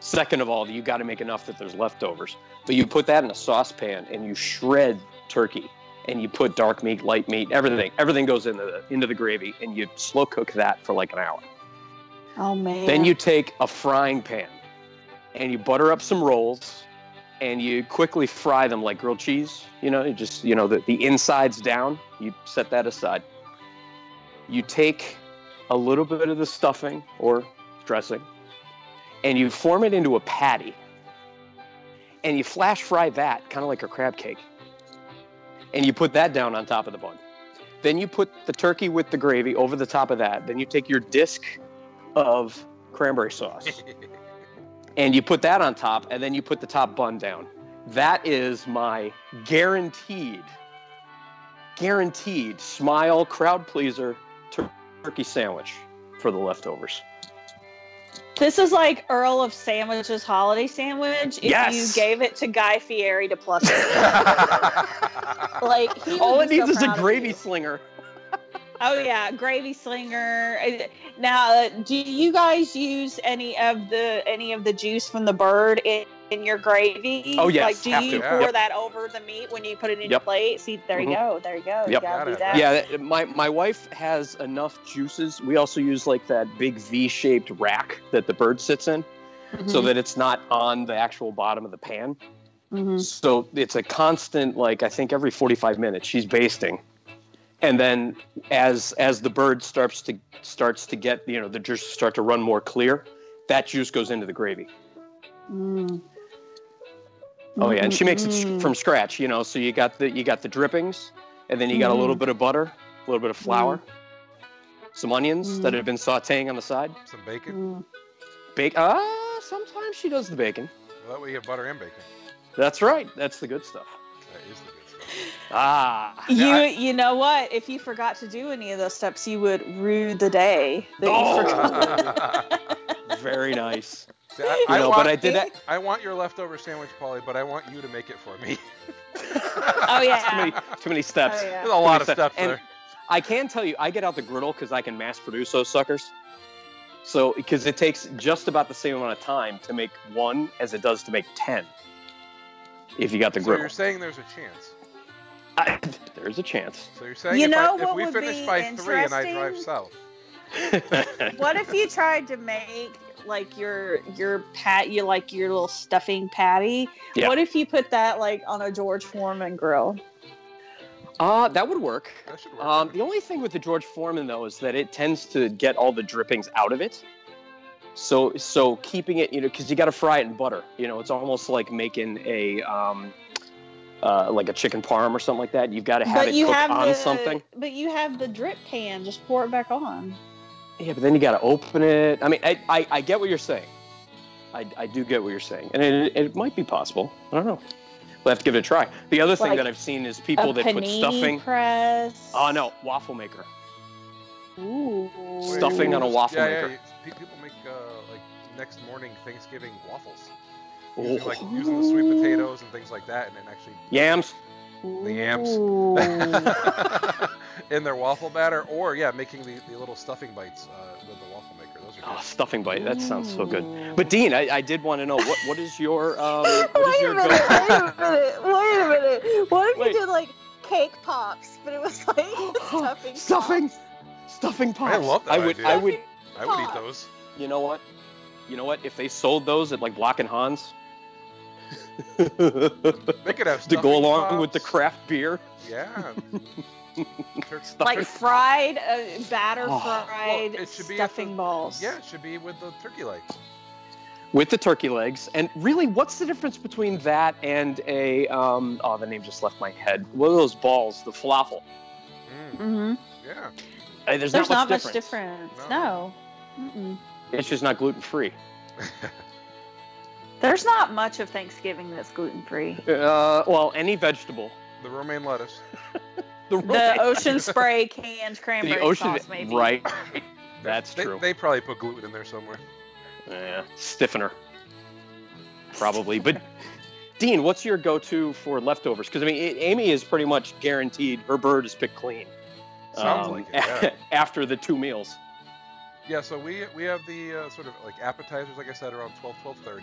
Speaker 3: Second of all, you got to make enough that there's leftovers. But you put that in a saucepan and you shred turkey and you put dark meat, light meat, everything. Everything goes into the into the gravy and you slow cook that for like an hour.
Speaker 2: Oh man.
Speaker 3: Then you take a frying pan and you butter up some rolls and you quickly fry them like grilled cheese. You know, you just, you know, the, the insides down. You set that aside. You take a little bit of the stuffing or dressing and you form it into a patty and you flash fry that kind of like a crab cake. And you put that down on top of the bun. Then you put the turkey with the gravy over the top of that. Then you take your disc of cranberry sauce and you put that on top and then you put the top bun down that is my guaranteed guaranteed smile crowd pleaser tur- turkey sandwich for the leftovers
Speaker 2: This is like Earl of Sandwich's holiday sandwich. If
Speaker 3: Yes.
Speaker 2: you gave it to Guy Fieri to plus it. like he would
Speaker 3: all it
Speaker 2: be so
Speaker 3: needs is a
Speaker 2: proud of
Speaker 3: gravy
Speaker 2: you.
Speaker 3: slinger
Speaker 2: Oh yeah, gravy slinger. Now, uh, do you guys use any of the any of the juice from the bird in, in your gravy?
Speaker 3: Oh, yes,
Speaker 2: Like, do
Speaker 3: have
Speaker 2: you
Speaker 4: to.
Speaker 2: pour
Speaker 4: Yep.
Speaker 2: that over the meat when you put it in your
Speaker 3: Yep.
Speaker 2: plate? See, there you
Speaker 3: Mhm.
Speaker 2: go. There you go. You
Speaker 3: Yep.
Speaker 2: gotta do
Speaker 4: Gotta
Speaker 2: that.
Speaker 4: have
Speaker 3: yeah that- my, my wife has enough juices we also use like that big v-shaped rack that the bird sits in
Speaker 2: Mm-hmm.
Speaker 3: so that it's not on the actual bottom of the pan
Speaker 2: Mhm.
Speaker 3: So it's a constant, like I think every 45 minutes she's basting, and then as as the bird starts to starts to get you know the juices start to run more clear, that juice goes into the gravy.
Speaker 2: Mm.
Speaker 3: Oh yeah, and she makes it
Speaker 2: Mm.
Speaker 3: s- from scratch, you know. So you got the you got the drippings, and then you got a little bit of butter, a little bit of flour, some onions that
Speaker 2: Mm.
Speaker 3: have been sautéing on the side.
Speaker 4: Some bacon.
Speaker 2: Mm.
Speaker 3: Bake. Ah, sometimes she does the bacon.
Speaker 4: Well, that way you have butter and bacon.
Speaker 3: That's right. That's the good stuff.
Speaker 4: That is the good stuff.
Speaker 3: Ah.
Speaker 2: You
Speaker 4: Yeah, I-
Speaker 2: you know what? If you forgot to do any of those steps, you would rue the day that you
Speaker 3: Oh.
Speaker 2: forgot.
Speaker 3: Very nice.
Speaker 4: See, I,
Speaker 3: You
Speaker 4: I
Speaker 3: know,
Speaker 4: want,
Speaker 3: but I did that.
Speaker 4: I want your leftover sandwich, Polly, but I want you to make it for me.
Speaker 2: Oh
Speaker 3: Too
Speaker 2: yeah.
Speaker 3: many, too many steps.
Speaker 2: Oh, yeah.
Speaker 4: There's a lot of
Speaker 3: Three
Speaker 4: stuff
Speaker 3: steps.
Speaker 4: there.
Speaker 3: I can tell you, I get out the griddle because I can mass produce those suckers. So, because it takes just about the same amount of time to make one as it does to make ten. If you got the
Speaker 4: so
Speaker 3: griddle,
Speaker 4: you're saying there's a chance.
Speaker 3: I, there's a chance.
Speaker 4: So you're saying
Speaker 2: You
Speaker 4: if,
Speaker 2: know
Speaker 4: I, if
Speaker 2: what
Speaker 4: we
Speaker 2: would
Speaker 4: finish
Speaker 2: be
Speaker 4: by three and I drive
Speaker 2: interesting?
Speaker 4: south,
Speaker 2: What if you tried to make like your your pat you like your little stuffing patty?
Speaker 3: Yeah.
Speaker 2: What if you put that like on a George Foreman grill?
Speaker 3: uh, that would work.
Speaker 4: that should work.
Speaker 3: Um, the only thing with the George Foreman though is that it tends to get all the drippings out of it. So, so keeping it, you know, because you got to fry it in butter. You know, it's almost like making a, um, uh, like a chicken parm or something like that. You've got to have
Speaker 2: but
Speaker 3: it
Speaker 2: you
Speaker 3: cook
Speaker 2: have
Speaker 3: on
Speaker 2: the
Speaker 3: something.
Speaker 2: but you have the drip pan. Just pour it back on.
Speaker 3: Yeah, but then you got to open it. I mean, I, I, I get what you're saying. I, I do get what you're saying, and it, it might be possible. I don't know. We'll have to give it a try. The other thing
Speaker 2: Like
Speaker 3: that I've seen is people
Speaker 2: a
Speaker 3: that put
Speaker 2: panini
Speaker 3: stuffing.
Speaker 2: press.
Speaker 3: Oh no, waffle maker.
Speaker 2: Ooh.
Speaker 3: Stuffing on a waffle
Speaker 4: yeah,
Speaker 3: maker.
Speaker 4: Yeah, you- pe- people make uh, like next morning Thanksgiving waffles. Using,
Speaker 3: Oh.
Speaker 4: like using the sweet potatoes and things like that, and then actually
Speaker 3: Yams.
Speaker 4: the yams.
Speaker 2: Ooh. Oh.
Speaker 4: in their waffle batter, or yeah, making the, the little stuffing bites uh, with the waffle maker. Those are
Speaker 3: Oh,
Speaker 4: good.
Speaker 3: stuffing bite. That sounds so good. But Dean, I, I did want to know what what is your um,
Speaker 2: wait
Speaker 3: what is
Speaker 2: a
Speaker 3: your
Speaker 2: minute, wait
Speaker 3: go-
Speaker 2: a minute, wait a minute. What if
Speaker 3: Wait.
Speaker 2: you did like cake pops, but it was like stuffing?
Speaker 3: stuffing
Speaker 2: pops?
Speaker 3: stuffing pops.
Speaker 4: I love that
Speaker 3: I would
Speaker 4: idea.
Speaker 3: I would
Speaker 4: I would eat those.
Speaker 3: you know what you know what if they sold those at like Block and Hans to
Speaker 4: They could have
Speaker 3: go
Speaker 4: stuffing
Speaker 3: along with the
Speaker 4: pops.
Speaker 3: craft beer.
Speaker 4: Yeah. Tur-
Speaker 3: Stuffing.
Speaker 2: Like fried, uh, batter
Speaker 3: Oh.
Speaker 2: fried
Speaker 4: Well, it should be at
Speaker 2: stuffing
Speaker 4: the-
Speaker 2: balls.
Speaker 4: yeah, it should be with the turkey legs.
Speaker 3: with the turkey legs. And really, what's the difference between that and a um, oh the name just left my head. What are those balls? The falafel.
Speaker 4: Mm,
Speaker 2: Mm-hmm.
Speaker 4: yeah.
Speaker 3: Uh, there's,
Speaker 2: There's not
Speaker 3: not,
Speaker 2: much
Speaker 3: difference.
Speaker 2: difference.
Speaker 4: No.
Speaker 2: No. Mm-mm.
Speaker 3: It's just not gluten free.
Speaker 2: There's not much of Thanksgiving that's gluten free.
Speaker 3: Uh, well, any vegetable.
Speaker 4: The romaine lettuce.
Speaker 3: The,
Speaker 2: The ocean spray canned cranberry
Speaker 3: the ocean,
Speaker 2: sauce, maybe.
Speaker 3: right? That's
Speaker 4: They-
Speaker 3: true.
Speaker 4: They probably put gluten in there somewhere.
Speaker 3: Yeah, stiffener, probably. But Dean, what's your go-to for leftovers? Because I mean, A- Amy is pretty much guaranteed her bird is picked clean.
Speaker 4: Sounds
Speaker 2: Um,
Speaker 4: like it. Yeah.
Speaker 3: after the two meals.
Speaker 4: yeah. So we we have the uh, sort of like appetizers, like I said, around 12, 12.30.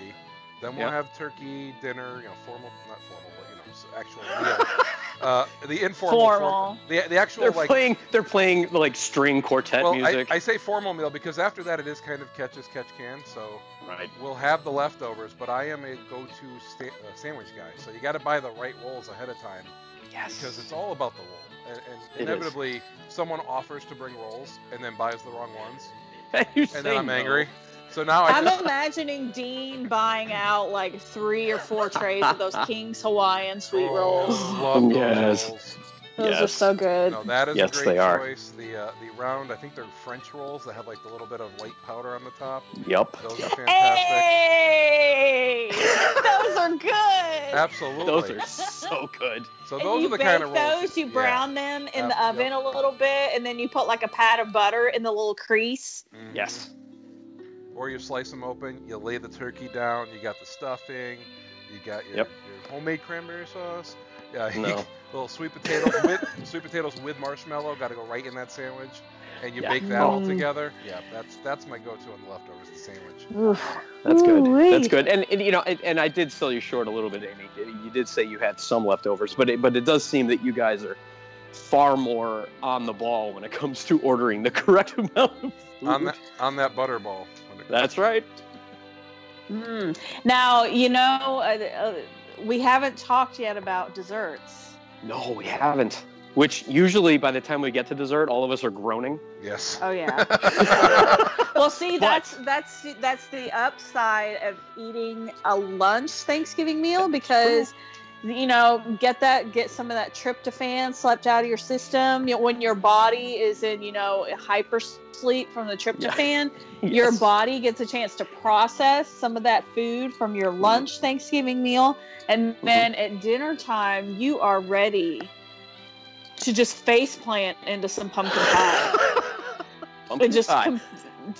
Speaker 4: Then we'll
Speaker 3: Yeah.
Speaker 4: have turkey dinner, you know, formal, not formal, but you know, s- actual meal. uh, the informal,
Speaker 2: Formal.
Speaker 4: the, the actual
Speaker 3: They're
Speaker 4: like
Speaker 3: playing. They're playing like string quartet
Speaker 4: well,
Speaker 3: music.
Speaker 4: I, I say formal meal because after that it is kind of catch as catch can. So
Speaker 3: right.
Speaker 4: we'll have the leftovers, but I am a go-to sta- uh, sandwich guy. So you got to buy the right rolls ahead of time
Speaker 3: Yes.
Speaker 4: because it's all about the roll. And,
Speaker 3: It is.
Speaker 4: and inevitably, someone offers to bring rolls and then buys the wrong ones,
Speaker 3: you
Speaker 4: and
Speaker 3: say
Speaker 4: then I'm
Speaker 3: no.
Speaker 4: angry. So now I
Speaker 2: I'm
Speaker 4: just,
Speaker 2: imagining Dean buying out like three or four trays of those King's Hawaiian sweet rolls.
Speaker 4: Oh, love those
Speaker 3: Yes.
Speaker 4: rolls.
Speaker 2: Those are
Speaker 3: Yes.
Speaker 2: so good.
Speaker 4: No, that is
Speaker 3: Yes,
Speaker 4: a great
Speaker 3: they are.
Speaker 4: choice. The uh, the round, I think they're French rolls that have like the little bit of white powder on the top.
Speaker 3: Yep.
Speaker 4: Those are fantastic.
Speaker 2: Hey, those are good.
Speaker 4: Absolutely.
Speaker 3: Those are so good.
Speaker 4: So
Speaker 2: and
Speaker 4: those
Speaker 2: you
Speaker 4: are the
Speaker 2: bake
Speaker 4: kind of rolls.
Speaker 2: those, you
Speaker 4: Yeah.
Speaker 2: brown them in the
Speaker 4: Ab-
Speaker 2: oven a little bit, and then you put like a pat of butter in the little crease.
Speaker 4: Mhm.
Speaker 3: Yes.
Speaker 4: Or you slice them open, you lay the turkey down, you got the stuffing, you got your,
Speaker 3: Yep.
Speaker 4: your homemade cranberry sauce. Yeah, you-
Speaker 3: No.
Speaker 4: little sweet potatoes with sweet potatoes with marshmallow. Got to go right in that sandwich, and you
Speaker 3: Yeah.
Speaker 4: bake that all
Speaker 2: Mm.
Speaker 4: together. Yeah, that's that's my go-to on the leftovers, the sandwich.
Speaker 3: That's good.
Speaker 2: Ooh-wee.
Speaker 3: That's good. And, and you know, and, and I did sell you short a little bit, Amy. You did say you had some leftovers, but it, but it does seem that you guys are far more on the ball when it comes to ordering the correct amount of food.
Speaker 4: On that on that butterball. When it-
Speaker 3: That's right.
Speaker 2: Mm. Now you know uh, uh, we haven't talked yet about desserts.
Speaker 3: No, we haven't. Which usually by the time we get to dessert, all of us are groaning.
Speaker 4: Yes.
Speaker 2: Oh yeah. well, see, that's that's that's the upside of eating a lunch Thanksgiving meal because you know get that get some of that tryptophan slept out of your system You know, when your body is in you know hyper sleep from the tryptophan. Your
Speaker 3: Yes.
Speaker 2: body gets a chance to process some of that food from your lunch Thanksgiving meal, and then at dinner time you are ready to just face plant into some pumpkin pie.
Speaker 3: Pumpkin
Speaker 2: It just
Speaker 3: pie.
Speaker 2: com-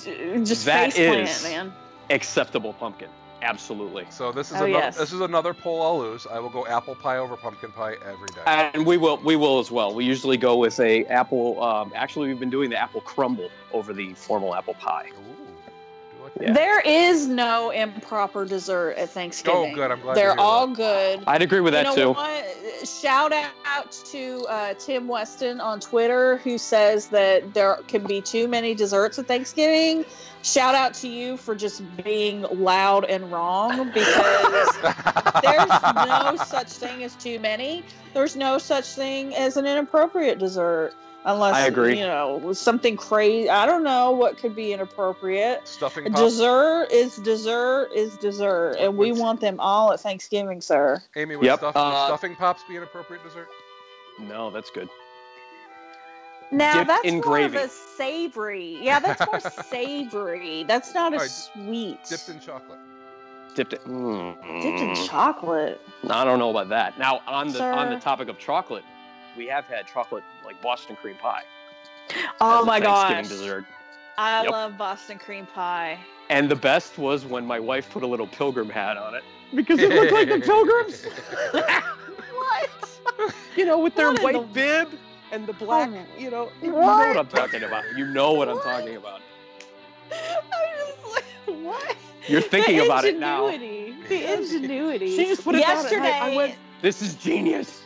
Speaker 2: j- just
Speaker 3: That
Speaker 2: faceplant,
Speaker 3: is-
Speaker 2: man.
Speaker 3: acceptable pumpkin. Absolutely.
Speaker 4: So this is
Speaker 2: Oh,
Speaker 4: another
Speaker 2: yes.
Speaker 4: this is another poll I'll lose. I will go apple pie over pumpkin pie every day.
Speaker 2: Uh,
Speaker 3: And we will we will as well. We usually go with a apple. Um, actually, we've been doing the apple crumble over the formal apple pie.
Speaker 4: Ooh, do you like
Speaker 3: Yeah.
Speaker 2: There is no improper dessert at Thanksgiving.
Speaker 4: Oh, good. I'm glad. to
Speaker 2: They're
Speaker 4: hear
Speaker 2: all
Speaker 4: that.
Speaker 2: good.
Speaker 3: I'd agree with that
Speaker 2: you know
Speaker 3: too.
Speaker 2: what? Shout out to uh, Tim Weston on Twitter who says that there can be too many desserts at Thanksgiving. Shout out to you for just being loud and wrong because there's no such thing as too many. There's no such thing as an inappropriate dessert unless
Speaker 3: I agree.
Speaker 2: you know something crazy. I don't know what could be inappropriate.
Speaker 4: stuffing pop.
Speaker 2: Dessert is dessert is dessert, and we
Speaker 4: What's-
Speaker 2: want them all at Thanksgiving, sir.
Speaker 4: Amy, would,
Speaker 3: Yep,
Speaker 4: stuff,
Speaker 3: uh,
Speaker 4: would stuffing pops be an appropriate dessert?
Speaker 3: No, that's good.
Speaker 2: Now
Speaker 3: Dipped
Speaker 2: that's
Speaker 3: in
Speaker 2: more
Speaker 3: gravy.
Speaker 2: of a savory. Yeah, that's more savory. That's not a
Speaker 4: Alright,
Speaker 2: sweet.
Speaker 4: Dipped in chocolate.
Speaker 3: Dipped it. Mm.
Speaker 2: Dipped in chocolate.
Speaker 3: I don't know about that. Now on the on the
Speaker 2: Sir.
Speaker 3: topic of chocolate, we have had chocolate like Boston cream pie. as
Speaker 2: Oh
Speaker 3: a
Speaker 2: my
Speaker 3: Thanksgiving
Speaker 2: gosh!
Speaker 3: Dessert.
Speaker 2: I
Speaker 3: Yep.
Speaker 2: love Boston cream pie.
Speaker 3: And the best was when my wife put a little pilgrim hat on it because it looked like the pilgrims,
Speaker 2: What?
Speaker 3: you know, with their
Speaker 2: What in
Speaker 3: white bib and the black,
Speaker 2: Oh.
Speaker 3: you know. You know
Speaker 2: What?
Speaker 3: what I'm talking about. You know what I'm
Speaker 2: What?
Speaker 3: talking about.
Speaker 2: I'm just like, what?
Speaker 3: You're thinking
Speaker 2: the
Speaker 3: about it now.
Speaker 2: ingenuity. The ingenuity.
Speaker 3: She just put it down and I-
Speaker 2: Yesterday,
Speaker 3: I went, This is genius.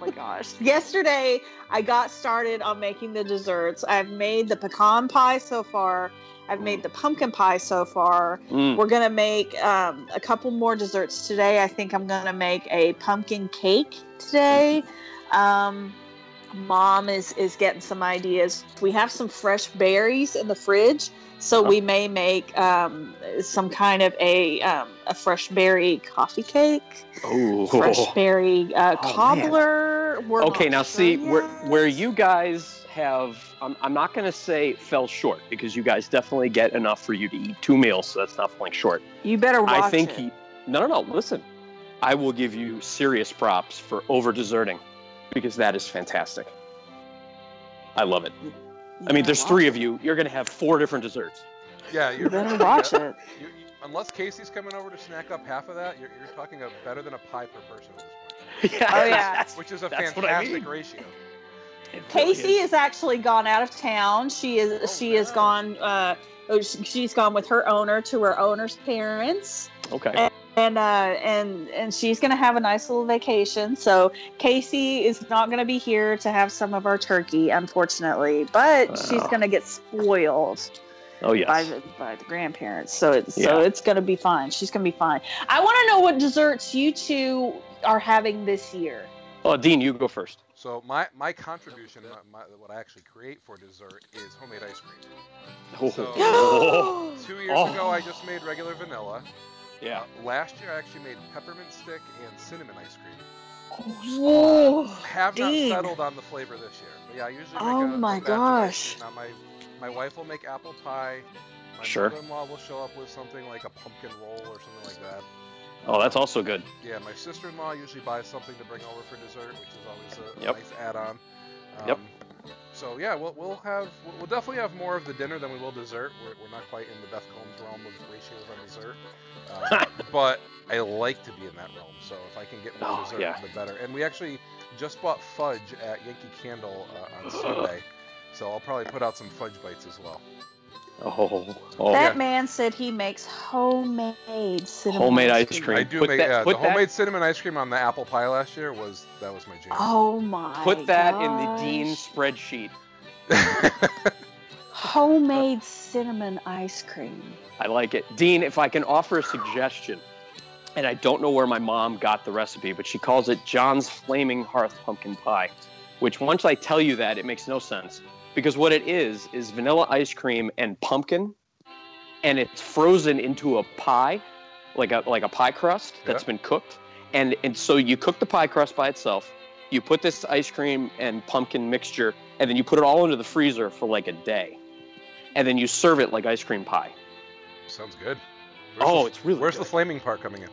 Speaker 2: Oh my gosh. Yesterday, I got started on making the desserts. I've made the pecan pie so far. I've made the pumpkin pie so far.
Speaker 3: Mm.
Speaker 2: We're going to make um, a couple more desserts today. I think I'm going to make a pumpkin cake today. Um, mom is, is getting some ideas. We have some fresh berries in the fridge. So
Speaker 3: Oh.
Speaker 2: we may make um, some kind of a, um, a fresh berry coffee cake
Speaker 3: Oh.
Speaker 2: fresh berry uh,
Speaker 3: Oh, man.
Speaker 2: cobbler. We're
Speaker 3: okay
Speaker 2: not
Speaker 3: now
Speaker 2: sure
Speaker 3: see where
Speaker 2: yet.
Speaker 3: where you guys have I'm, I'm not going to say fell short because you guys definitely get enough for you to eat two meals so that's not falling short
Speaker 2: you better watch
Speaker 3: i think
Speaker 2: it.
Speaker 3: he no no no listen i will give you serious props for over desserting because that is fantastic i love it
Speaker 2: You
Speaker 3: i mean
Speaker 2: better
Speaker 3: there's
Speaker 2: watch
Speaker 3: three
Speaker 2: it.
Speaker 3: of you you're going to have four different desserts
Speaker 4: Yeah,
Speaker 2: You
Speaker 4: you're
Speaker 2: better watch
Speaker 4: yeah,
Speaker 2: it.
Speaker 4: You, you, unless Casey's coming over to snack up half of that, you're, you're talking a, better than a pie per person at this point,
Speaker 2: Oh, yeah.
Speaker 4: which is a
Speaker 3: That's what I
Speaker 4: fantastic
Speaker 3: mean.
Speaker 4: ratio.
Speaker 3: It really
Speaker 2: Casey
Speaker 3: is.
Speaker 2: has actually gone out of town. She is
Speaker 4: Oh,
Speaker 2: she has
Speaker 4: no.
Speaker 2: gone. Uh, oh, sh- she's gone with her owner to her owner's parents,
Speaker 3: okay
Speaker 2: and uh, and and she's gonna have a nice little vacation. So Casey is not gonna be here to have some of our turkey, unfortunately, but she's
Speaker 3: Wow.
Speaker 2: gonna get spoiled.
Speaker 3: oh yes
Speaker 2: by the, by the grandparents. So it's so
Speaker 3: Yeah.
Speaker 2: it's gonna be fine. She's gonna be fine. I want to know what desserts you two are having this year.
Speaker 3: oh dean you go first
Speaker 4: So my, my contribution, my, my, what I actually create for dessert is homemade ice cream. So- Two years
Speaker 3: Oh.
Speaker 4: ago, I just made regular vanilla. Uh,
Speaker 3: yeah
Speaker 4: Last year, I actually made peppermint stick and cinnamon ice cream.
Speaker 2: Whoa,
Speaker 4: Have
Speaker 2: Dean.
Speaker 4: not settled on the flavor this year. But yeah, I usually make
Speaker 2: Oh
Speaker 4: a, a
Speaker 2: my
Speaker 4: batch of ice
Speaker 2: gosh.
Speaker 4: cream. Now my my wife will make apple pie. My
Speaker 3: Sure.
Speaker 4: mother-in-law will show up with something like a pumpkin roll or something like that.
Speaker 3: oh that's also good
Speaker 4: Yeah, my sister-in-law usually buys something to bring over for dessert, which is always a, a
Speaker 3: Yep.
Speaker 4: nice add-on. Um,
Speaker 3: Yep.
Speaker 4: So yeah, we'll, we'll have we'll- we'll definitely have more of the dinner than we will dessert. We're, we're not quite in the Beth Combs realm of ratios on dessert, uh, but I like to be in that realm. So if I can get more
Speaker 3: Oh,
Speaker 4: dessert,
Speaker 3: yeah.
Speaker 4: the better. And we actually just bought fudge at Yankee Candle uh, on Sunday, so I'll probably put out some fudge bites as well.
Speaker 3: oh oh
Speaker 2: that
Speaker 4: yeah.
Speaker 2: man said he makes homemade cinnamon
Speaker 3: Homemade
Speaker 2: ice
Speaker 3: ice
Speaker 2: cream.
Speaker 3: cream.
Speaker 4: I do
Speaker 3: Put
Speaker 4: make
Speaker 3: that-
Speaker 4: uh, the
Speaker 3: put that-
Speaker 4: homemade cinnamon ice cream on the apple pie last year was that was my jam.
Speaker 2: Oh my!
Speaker 3: Put that in the
Speaker 2: gosh.
Speaker 3: dean spreadsheet. Oh.
Speaker 2: Homemade cinnamon ice cream.
Speaker 3: I like it. Dean, if I can offer a suggestion, and I don't know where my mom got the recipe, but she calls it John's Flaming Hearth Pumpkin Pie, which once I tell you that, it makes no sense. Because what it is, is vanilla ice cream and pumpkin, and it's frozen into a pie, like a, like a pie crust that's
Speaker 4: Yeah.
Speaker 3: been cooked. And, and so you cook the pie crust by itself, you put this ice cream and pumpkin mixture, and then you put it all into the freezer for like a day. And then you serve it like ice cream pie.
Speaker 4: Sounds good.
Speaker 3: Oh,
Speaker 4: the,
Speaker 3: it's really
Speaker 4: Where's
Speaker 3: good.
Speaker 4: the flaming part coming in?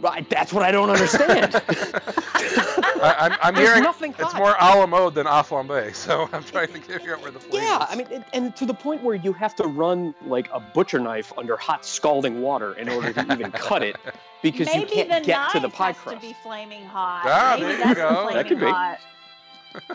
Speaker 3: Right, that's what I don't understand.
Speaker 4: I, I'm, I'm
Speaker 3: There's
Speaker 4: hearing
Speaker 3: nothing
Speaker 4: it's
Speaker 3: hot.
Speaker 4: more a la mode than a flambe, so I'm trying to figure out where the flavor
Speaker 3: yeah,
Speaker 4: is.
Speaker 3: I mean, and- and to the point where you have to run like a butcher knife under hot scalding water in order to even cut it because
Speaker 2: Maybe
Speaker 3: you can't
Speaker 2: the
Speaker 3: get
Speaker 2: knife
Speaker 3: to the pie
Speaker 2: has
Speaker 3: crust.
Speaker 2: to be flaming hot.
Speaker 4: Ah,
Speaker 2: Maybe
Speaker 4: there you
Speaker 2: that's
Speaker 4: go.
Speaker 2: the flaming
Speaker 3: That could be.
Speaker 2: hot.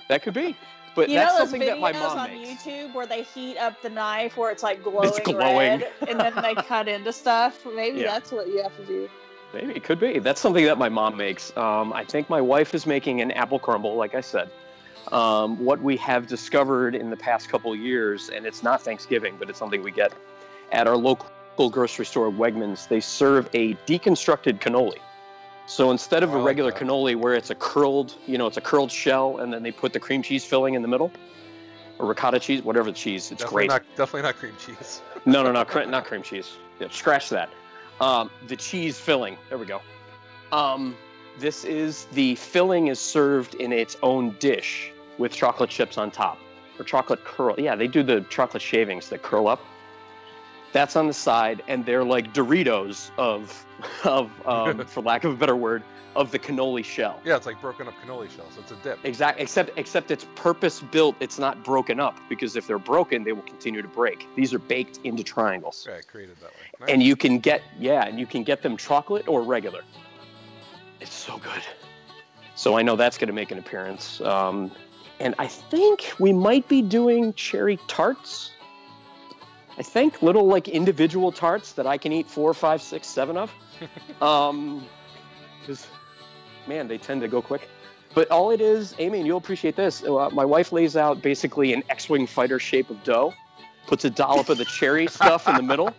Speaker 3: That could be, but
Speaker 2: you
Speaker 3: that's
Speaker 2: know those
Speaker 3: something that my
Speaker 2: videos
Speaker 3: mom
Speaker 2: on
Speaker 3: makes.
Speaker 2: YouTube where they heat up the knife where it's like glowing,
Speaker 3: glowing.
Speaker 2: red and then they cut into stuff? Maybe
Speaker 3: Yeah.
Speaker 2: that's what you have to do.
Speaker 3: Maybe it could be. That's something that my mom makes. Um, I think my wife is making an apple crumble, like I said. Um, what we have discovered in the past couple years, and it's not Thanksgiving, but it's something we get at our local grocery store, Wegmans. They serve a deconstructed cannoli. So instead of
Speaker 4: I
Speaker 3: a
Speaker 4: like
Speaker 3: regular
Speaker 4: that.
Speaker 3: cannoli where it's a curled, you know, it's a curled shell, and then they put the cream cheese filling in the middle, or ricotta cheese, whatever the cheese, it's
Speaker 4: definitely
Speaker 3: great.
Speaker 4: not definitely not cream cheese.
Speaker 3: No, no, no, cre- not cream cheese. Yeah, scratch that. Um, the cheese filling. There we go. Um, this is the filling is served in its own dish with chocolate chips on top or chocolate curl. Yeah, they do the chocolate shavings that curl up. That's on the side, and they're like Doritos of, of um, for lack of a better word, of the cannoli shell.
Speaker 4: Yeah, it's like broken up cannoli shell, so it's a dip.
Speaker 3: Exact, except except it's purpose built. It's not broken up because if they're broken, they will continue to break. These are baked into triangles
Speaker 4: Okay, created that way.
Speaker 3: and you can get yeah and you can get them chocolate or regular it's so good so i know that's going to make an appearance um, and i think we might be doing cherry tarts i think little like individual tarts that i can eat four five six seven of um because man they tend to go quick but all it is amy and you'll appreciate this uh, my wife lays out basically an x-wing fighter shape of dough puts a dollop of the cherry stuff in the middle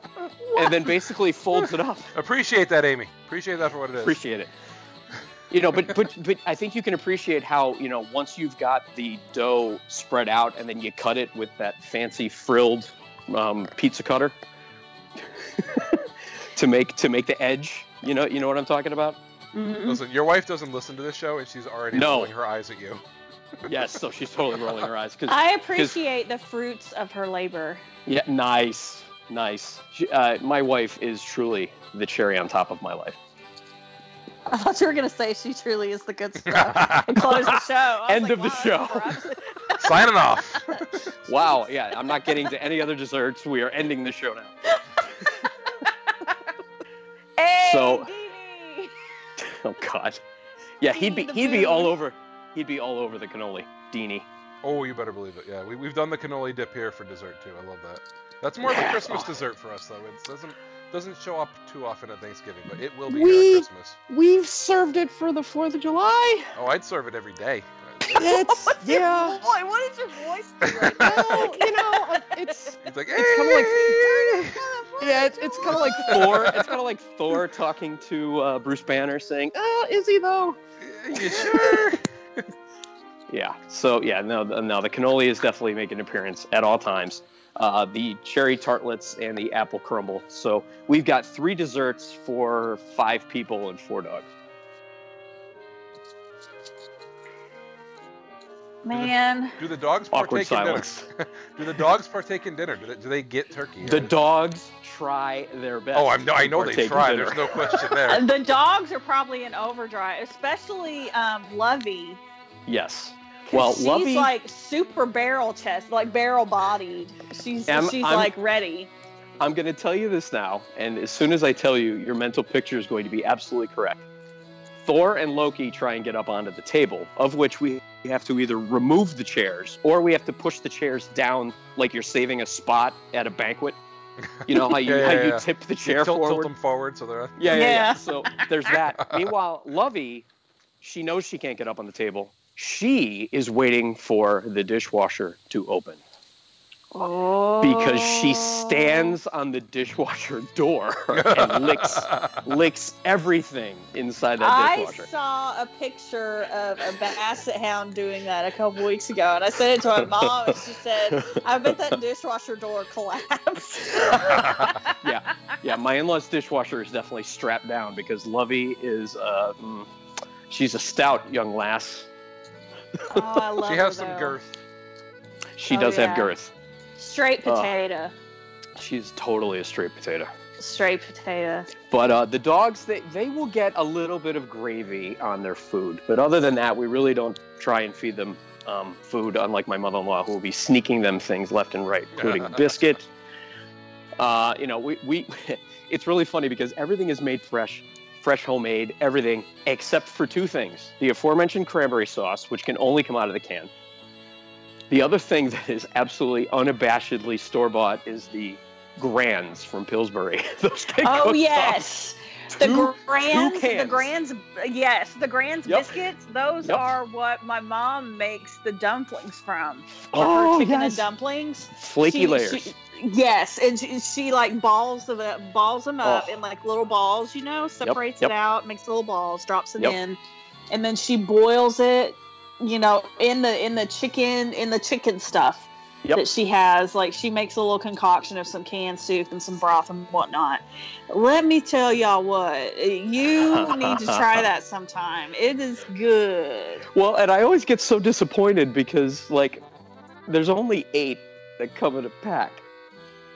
Speaker 3: and then basically folds it up.
Speaker 4: Appreciate that, Amy. Appreciate that for what it is.
Speaker 3: Appreciate it. You know, but but but I think you can appreciate how you know once you've got the dough spread out and then you cut it with that fancy frilled um, pizza cutter to make to make the edge. You know, you know what I'm talking about. Mm-hmm.
Speaker 2: Mm-hmm.
Speaker 4: Listen, your wife doesn't listen to this show, and she's already
Speaker 3: No.
Speaker 4: rolling her eyes at you.
Speaker 3: Yes. So she's totally rolling her eyes because
Speaker 2: I appreciate the fruits of her labor.
Speaker 3: yeah, nice, nice. She, uh, my wife is truly the cherry on top of my life.
Speaker 2: I thought you were going to say she truly is the good stuff. And close the show. I was
Speaker 3: End
Speaker 2: like,
Speaker 3: of the
Speaker 2: wow,
Speaker 3: show.
Speaker 2: that's abrupt.
Speaker 4: Signing off.
Speaker 3: Wow. Yeah, I'm not getting to any other desserts. We are ending the show now.
Speaker 2: Hey,
Speaker 3: So-
Speaker 2: Dee Dee.
Speaker 3: Oh God. Yeah, he'd be
Speaker 2: Deanie the
Speaker 3: he'd be
Speaker 2: Boo.
Speaker 3: all over. He'd be all over the cannoli, Deanie.
Speaker 4: Oh, you better believe it. Yeah, we, we've done the cannoli dip here for dessert too. I love that. That's more of a
Speaker 3: Yeah.
Speaker 4: Christmas
Speaker 3: Oh.
Speaker 4: dessert for us though. It doesn't doesn't show up too often at Thanksgiving, but it will be
Speaker 3: We-
Speaker 4: here at Christmas.
Speaker 3: We've served it for the Fourth of July.
Speaker 4: Oh, I'd serve it every day.
Speaker 3: It's yeah.
Speaker 2: Oh, Boy, what did your voice do right
Speaker 3: Well, you know, it's
Speaker 4: It's like,
Speaker 3: It's kinda like-
Speaker 4: "Hey!"
Speaker 3: yeah, it's, it's kind of like Thor. It's kind of like Thor talking to uh, Bruce Banner, saying, "Oh, is he though?"
Speaker 4: you sure?
Speaker 3: Yeah. So yeah, no, the- no, the cannoli is definitely making an appearance at all times. Uh, the cherry tartlets and the apple crumble. So we've got three desserts for five people and four dogs.
Speaker 2: Man.
Speaker 4: Do the dogs
Speaker 3: Awkward
Speaker 4: partake
Speaker 3: silence.
Speaker 4: in dinner? do the dogs partake in dinner? Do they, do they get turkey?
Speaker 3: The dogs try their best.
Speaker 4: oh, I'm, no, I
Speaker 3: to
Speaker 4: know they
Speaker 3: partake in
Speaker 4: try.
Speaker 3: dinner.
Speaker 4: There's no question there.
Speaker 2: And uh, the dogs are probably in overdrive, especially um, Lovey.
Speaker 3: Yes. Well,
Speaker 2: she's
Speaker 3: Lovey,
Speaker 2: like super barrel chest, like barrel bodied. She's
Speaker 3: Em,
Speaker 2: she's
Speaker 3: I'm-
Speaker 2: like ready.
Speaker 3: I'm going to tell you this now, and as soon as I tell you, your mental picture is going to be absolutely correct. Thor and Loki try and get up onto the table, of which we have to either remove the chairs or we have to push the chairs down like you're saving a spot at a banquet. You know how you,
Speaker 4: Yeah,
Speaker 3: how
Speaker 4: yeah,
Speaker 3: you
Speaker 4: yeah.
Speaker 3: tip the chair
Speaker 4: You tilt,
Speaker 3: forward?
Speaker 4: tilt them forward so they're.
Speaker 3: Yeah, yeah,
Speaker 2: Yeah.
Speaker 3: yeah. So there's that. Meanwhile, Lovey, she knows she can't get up on the table. She is waiting for the dishwasher to open
Speaker 2: Oh.
Speaker 3: because she stands on the dishwasher door and licks licks everything inside that
Speaker 2: I
Speaker 3: dishwasher.
Speaker 2: saw a picture of a basset hound doing that a couple weeks ago, and I sent it to my mom, and she said, "I bet that dishwasher door collapsed." Oh,
Speaker 3: yeah, yeah. My in-laws' dishwasher is definitely strapped down because Lovey is uh, mm, she's a stout young lass.
Speaker 2: oh, I love
Speaker 4: She
Speaker 2: her,
Speaker 4: has some
Speaker 2: though.
Speaker 4: girth.
Speaker 3: She
Speaker 2: Oh,
Speaker 3: does
Speaker 2: yeah.
Speaker 3: have girth.
Speaker 2: Straight
Speaker 3: Oh.
Speaker 2: potato.
Speaker 3: She's totally a straight potato.
Speaker 2: stray potato.
Speaker 3: But uh, the dogs, they, they will get a little bit of gravy on their food. But other than that, we really don't try and feed them um, food, unlike my mother in law, who will be sneaking them things left and right, including biscuit. Uh, you know, we, we it's really funny because everything is made fresh, fresh homemade, everything, except for two things the aforementioned cranberry sauce, which can only come out of the can. The other thing that is absolutely unabashedly store bought is the Grands from Pillsbury. Those can
Speaker 2: Oh
Speaker 3: cook
Speaker 2: yes,
Speaker 3: up
Speaker 2: the
Speaker 3: two
Speaker 2: grands, the
Speaker 3: cans.
Speaker 2: grands, yes, the grands
Speaker 3: Yep.
Speaker 2: biscuits. Those
Speaker 3: Yep.
Speaker 2: are what my mom makes the dumplings from. Or
Speaker 3: Oh,
Speaker 2: her chicken
Speaker 3: yes.
Speaker 2: and dumplings.
Speaker 3: flaky
Speaker 2: She-
Speaker 3: layers.
Speaker 2: she- yes, and she, she like balls of it, balls them up
Speaker 3: Oh.
Speaker 2: in like little balls, you know, separates
Speaker 3: yep.
Speaker 2: it out, makes little balls, drops it
Speaker 3: Yep.
Speaker 2: in, and then she boils it, you know, in the in the chicken in the chicken stuff
Speaker 3: Yep.
Speaker 2: that she has. Like she makes a little concoction of some canned soup and some broth and whatnot. Let me tell y'all what you need to try that sometime. It is good.
Speaker 3: Well, and I always get so disappointed because like there's only eight that come in a pack.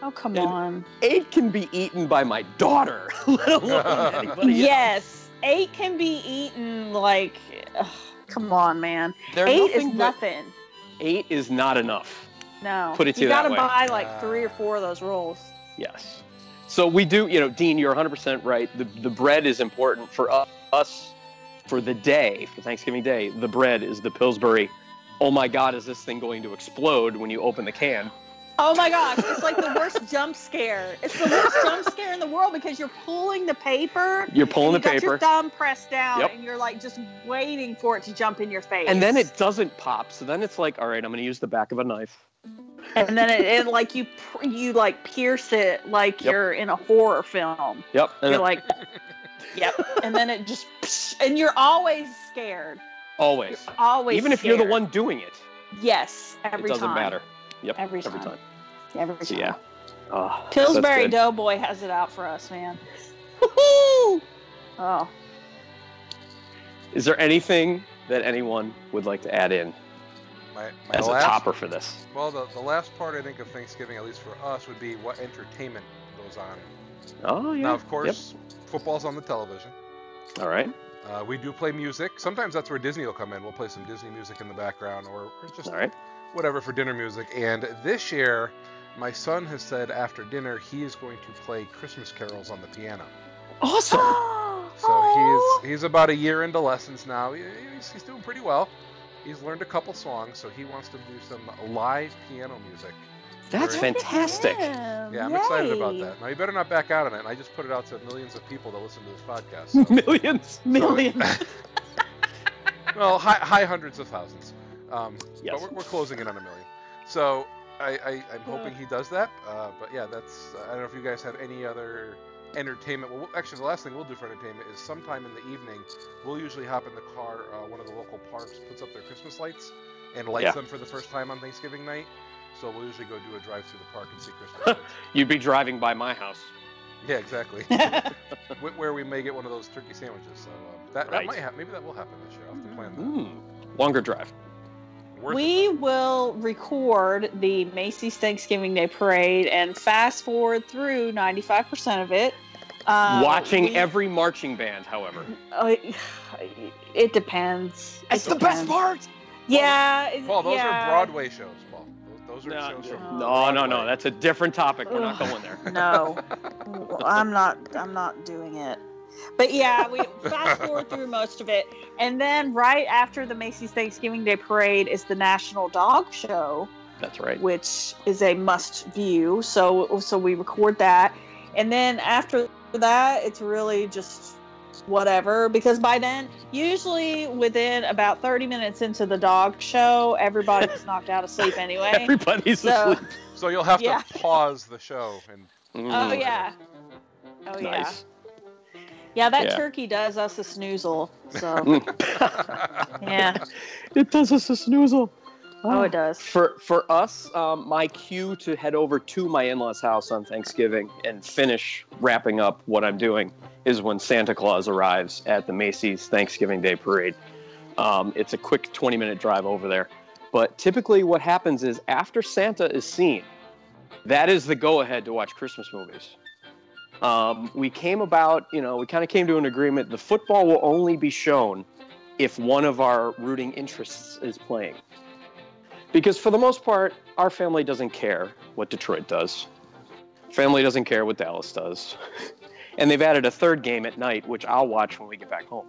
Speaker 2: Oh come
Speaker 3: And-
Speaker 2: on.
Speaker 3: Eight can be eaten by my daughter, let alone anybody else.
Speaker 2: Yes, eight can be eaten. Like, ugh, come on, man.
Speaker 3: They're
Speaker 2: eight is
Speaker 3: but-
Speaker 2: nothing.
Speaker 3: Eight is not enough.
Speaker 2: No,
Speaker 3: Put it to
Speaker 2: you
Speaker 3: you that
Speaker 2: gotta
Speaker 3: way.
Speaker 2: buy like three or four of those rolls.
Speaker 3: Yes. So we do, you know, Dean, you're 100% right. The, the bread is important for u- us for the day, for Thanksgiving Day. The bread is the Pillsbury. Oh my God, is this thing going to explode when you open the can?
Speaker 2: Oh my gosh, it's like the worst jump scare. It's the worst jump scare in the world because you're pulling the paper.
Speaker 3: You're pulling
Speaker 2: and
Speaker 3: the
Speaker 2: you got
Speaker 3: paper.
Speaker 2: your thumb pressed down,
Speaker 3: Yep.
Speaker 2: and you're like just waiting for it to jump in your face.
Speaker 3: And then it doesn't pop. So then it's like, all right, I'm going to use the back of a knife.
Speaker 2: and then it, it like you pr- you like pierce it like
Speaker 3: Yep.
Speaker 2: you're in a horror film.
Speaker 3: Yep. And
Speaker 2: You're like, yep. And then it just, psh, and you're always scared.
Speaker 3: always.
Speaker 2: Always.
Speaker 3: Even if you're the
Speaker 2: scared.
Speaker 3: one doing it,
Speaker 2: yes, every
Speaker 3: it doesn't
Speaker 2: time.
Speaker 3: matter. Yep.
Speaker 2: Every
Speaker 3: Every
Speaker 2: time.
Speaker 3: time.
Speaker 2: Every
Speaker 3: So
Speaker 2: time.
Speaker 3: yeah. Oh, that's
Speaker 2: Pillsbury
Speaker 3: good.
Speaker 2: Doughboy has it out for us, man. Woohoo! Oh,
Speaker 3: Is there anything that anyone would like to add in
Speaker 4: My, my
Speaker 3: as a
Speaker 4: last,
Speaker 3: topper for this?
Speaker 4: Well, the, the last part I think of Thanksgiving, at least for us, would be what entertainment goes on.
Speaker 3: Oh yeah.
Speaker 4: Now, of course, football's on the television.
Speaker 3: Yep. All right.
Speaker 4: Uh, we do play music. Sometimes that's where Disney will come in. We'll play some Disney music in the background or, or just
Speaker 3: All right.
Speaker 4: whatever for dinner music. And this year, my son has said after dinner he is going to play Christmas carols on the piano.
Speaker 3: Awesome.
Speaker 4: So he's he's about a year into lessons now. He- He's, he's doing pretty well. He's learned a couple songs, so he wants to do some live piano music.
Speaker 3: That's
Speaker 4: Very-
Speaker 3: fantastic.
Speaker 4: Yeah, I'm excited about that. Now you better not back out on it. And I just put it out to millions of people that listen to this podcast. so-
Speaker 3: Millions.
Speaker 2: Millions.
Speaker 4: well, high, high hundreds of thousands. Um,
Speaker 3: Yes.
Speaker 4: But we're, we're closing in on a million. So I, I, I'm hoping he does that. Uh, but yeah, that's. I don't know if you guys have any other entertainment. Well, we'll- actually, the last thing we'll do for entertainment is sometime in the evening, we'll usually hop in the car. Uh, one of the local parks puts up their Christmas lights and lights
Speaker 3: Yeah.
Speaker 4: them for the first time on Thanksgiving night. So we'll usually go do a drive through the park and see Christmas lights.
Speaker 3: You'd be driving by my house.
Speaker 4: yeah, exactly. Wh- Where we may get one of those turkey sandwiches. So um, that, that
Speaker 3: Right.
Speaker 4: might happen. Maybe that will happen this year. I'll have to plan that.
Speaker 3: Hmm. Longer drive.
Speaker 4: Worth it.
Speaker 2: we will record the Macy's Thanksgiving Day Parade and fast forward through 95% of it. Uh,
Speaker 3: Watching
Speaker 2: we-
Speaker 3: every marching band, however.
Speaker 2: Oh, it depends. It depends.
Speaker 3: part.
Speaker 2: Yeah. it-
Speaker 4: Paul, those
Speaker 2: yeah.
Speaker 4: are Broadway shows, Paul. Those, those are
Speaker 3: No,
Speaker 4: shows from
Speaker 2: no,
Speaker 3: no, no, no.
Speaker 4: Broadway.
Speaker 3: That's a different topic. We're not
Speaker 2: Ugh.
Speaker 3: going there.
Speaker 2: No, Well, I'm not. I'm not doing it. But yeah, we fast forward through most of it, and then right after the Macy's Thanksgiving Day Parade is the National Dog Show,
Speaker 3: That's right.
Speaker 2: which is a must view. So so we record that, and then after that, it's really just whatever because by then usually within about 30 minutes into the dog show everybody's knocked out of sleep anyway
Speaker 3: Everybody's
Speaker 2: So-
Speaker 3: asleep.
Speaker 4: So you'll have
Speaker 2: Yeah.
Speaker 4: to pause the show and
Speaker 2: oh
Speaker 3: Mm,
Speaker 2: yeah oh yeah
Speaker 3: Nice.
Speaker 2: Yeah, that
Speaker 3: Yeah.
Speaker 2: turkey does us a snoozle. So yeah,
Speaker 3: It does us a Ah. snoozle.
Speaker 2: oh, it does.
Speaker 3: For for us, um, my cue to head over to my in-laws' house on Thanksgiving and finish wrapping up what I'm doing is when Santa Claus arrives at the Macy's Thanksgiving Day Parade. Um, it's a quick 20-minute drive over there, but typically what happens is after Santa is seen, that is the go-ahead to watch Christmas movies. Um, we came about, you know, we kind of came to an agreement. The football will only be shown if one of our rooting interests is playing. Because for the most part, our family doesn't care what Detroit does. Family doesn't care what Dallas does. and they've added a third game at night, which I'll watch when we get back home.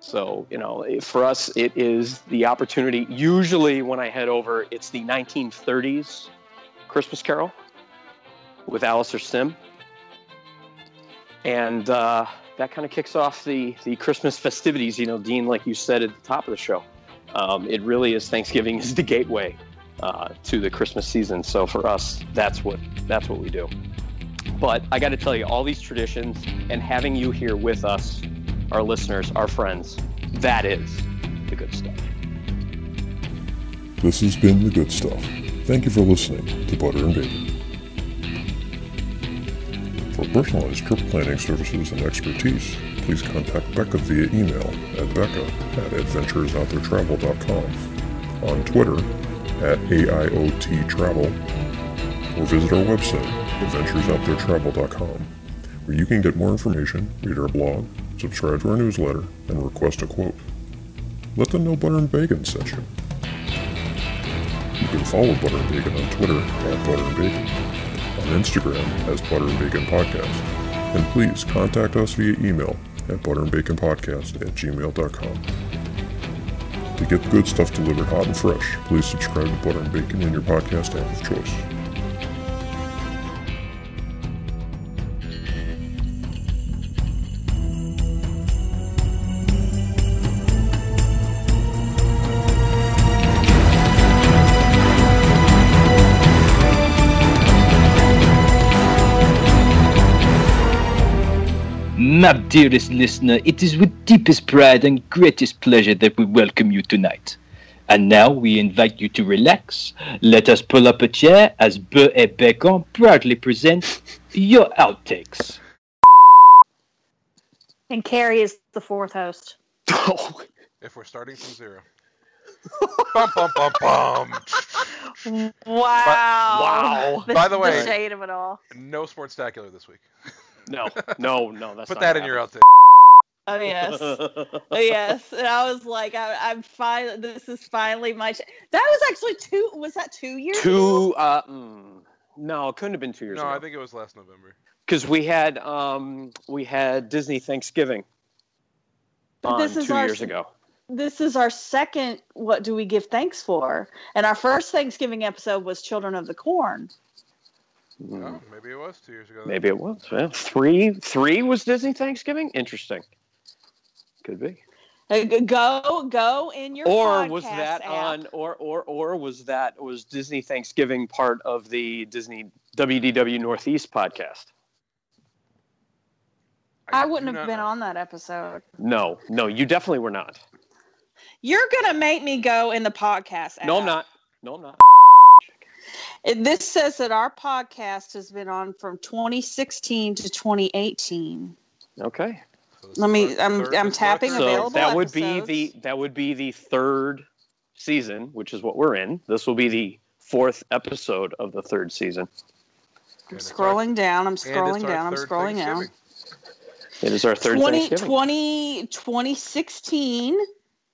Speaker 3: So, you know, it- for us, it is the opportunity. Usually, when I head over, it's the 1930s Christmas Carol with Alistair Sim. And uh, that kind of kicks off the, the Christmas festivities. You know, Dean, like you said at the top of the show, um, it really is Thanksgiving is the gateway uh, to the Christmas season. So for us, that's what that's what we do. But I got to tell you, all these traditions and having you here with us, our listeners, our friends, that is the good stuff.
Speaker 1: This has been The Good Stuff. Thank you for listening to Butter and Bacon. For personalized trip planning services and expertise, please contact Becca via email at becca at adventuresouttheretravel.com, on Twitter at AIOT Travel, or visit our website, adventuresouttheretravel.com, where you can get more information, read our blog, subscribe to our newsletter, and request a quote. Let them know Butter and Bacon sent you. You can follow Butter and Bacon on Twitter at Butter and Bacon, on Instagram as Butter and Bacon Podcast, and please contact us via email at butterandbaconpodcast at gmail.com. To get the good stuff delivered hot and fresh, please subscribe to Butter and Bacon in your podcast app of choice.
Speaker 6: My dearest listener, it is with deepest pride and greatest pleasure that we welcome you tonight. And now we invite you to relax. Let us pull up a chair as Beurre et Bacon proudly presents your outtakes.
Speaker 2: And Carrie is the fourth host.
Speaker 3: Oh,
Speaker 5: If we're starting from zero. bum, bum, bum, bum.
Speaker 2: Wow.
Speaker 3: Wow.
Speaker 2: The,
Speaker 5: By the way-
Speaker 2: the shade of it all.
Speaker 5: No sportstacular this week.
Speaker 3: no, no, no. That's
Speaker 5: Put
Speaker 3: not
Speaker 5: that in
Speaker 3: happening.
Speaker 5: your outtake.
Speaker 2: Oh yes, oh, yes. And I was like, I, I'm fine. This is finally my. Ch- that was actually two. Was that two years? ago?
Speaker 3: Two, uh, mm, no, it couldn't have been two years
Speaker 5: No, I
Speaker 3: ago.
Speaker 5: think it was last November.
Speaker 3: Because we had um, we had Disney Thanksgiving
Speaker 2: But
Speaker 3: on
Speaker 2: this is
Speaker 3: two
Speaker 2: our-
Speaker 3: years ago.
Speaker 2: This is our second. What do we give thanks for? And our first Thanksgiving episode was Children of the Corn.
Speaker 3: Mm,
Speaker 5: Oh, maybe it was two years ago. then.
Speaker 3: Maybe it was. Yeah. Three three was Disney Thanksgiving? Interesting. Could be.
Speaker 2: Uh, g- Go, go in your.
Speaker 3: or was
Speaker 2: podcast
Speaker 3: that
Speaker 2: app.
Speaker 3: on or or or was that was Disney Thanksgiving part of the Disney WDW Northeast podcast?
Speaker 2: I
Speaker 5: do
Speaker 2: wouldn't
Speaker 5: not
Speaker 2: have been
Speaker 5: know.
Speaker 2: on that episode.
Speaker 3: No, no, you definitely were not.
Speaker 2: You're gonna make me go in the podcast.
Speaker 3: No, I'm
Speaker 2: app.
Speaker 3: not. No, I'm not.
Speaker 2: It- This says that our podcast has been on from 2016 to 2018.
Speaker 3: Okay.
Speaker 5: So this
Speaker 2: Let
Speaker 5: is
Speaker 2: me-
Speaker 5: our
Speaker 2: I'm-
Speaker 5: third-
Speaker 2: I'm
Speaker 5: this is our
Speaker 2: tapping
Speaker 5: third
Speaker 2: Being available
Speaker 3: So that would
Speaker 2: episodes.
Speaker 3: be the that would be the third season, which is what we're in. This will be the fourth episode of the third season.
Speaker 2: I'm
Speaker 5: And it's our-
Speaker 2: scrolling down. I'm
Speaker 5: and it's
Speaker 2: scrolling
Speaker 5: our
Speaker 2: down. I'm
Speaker 5: third
Speaker 2: scrolling down.
Speaker 5: Thanksgiving.
Speaker 3: It is our third
Speaker 2: 20,
Speaker 3: Thanksgiving.
Speaker 2: 20 2016.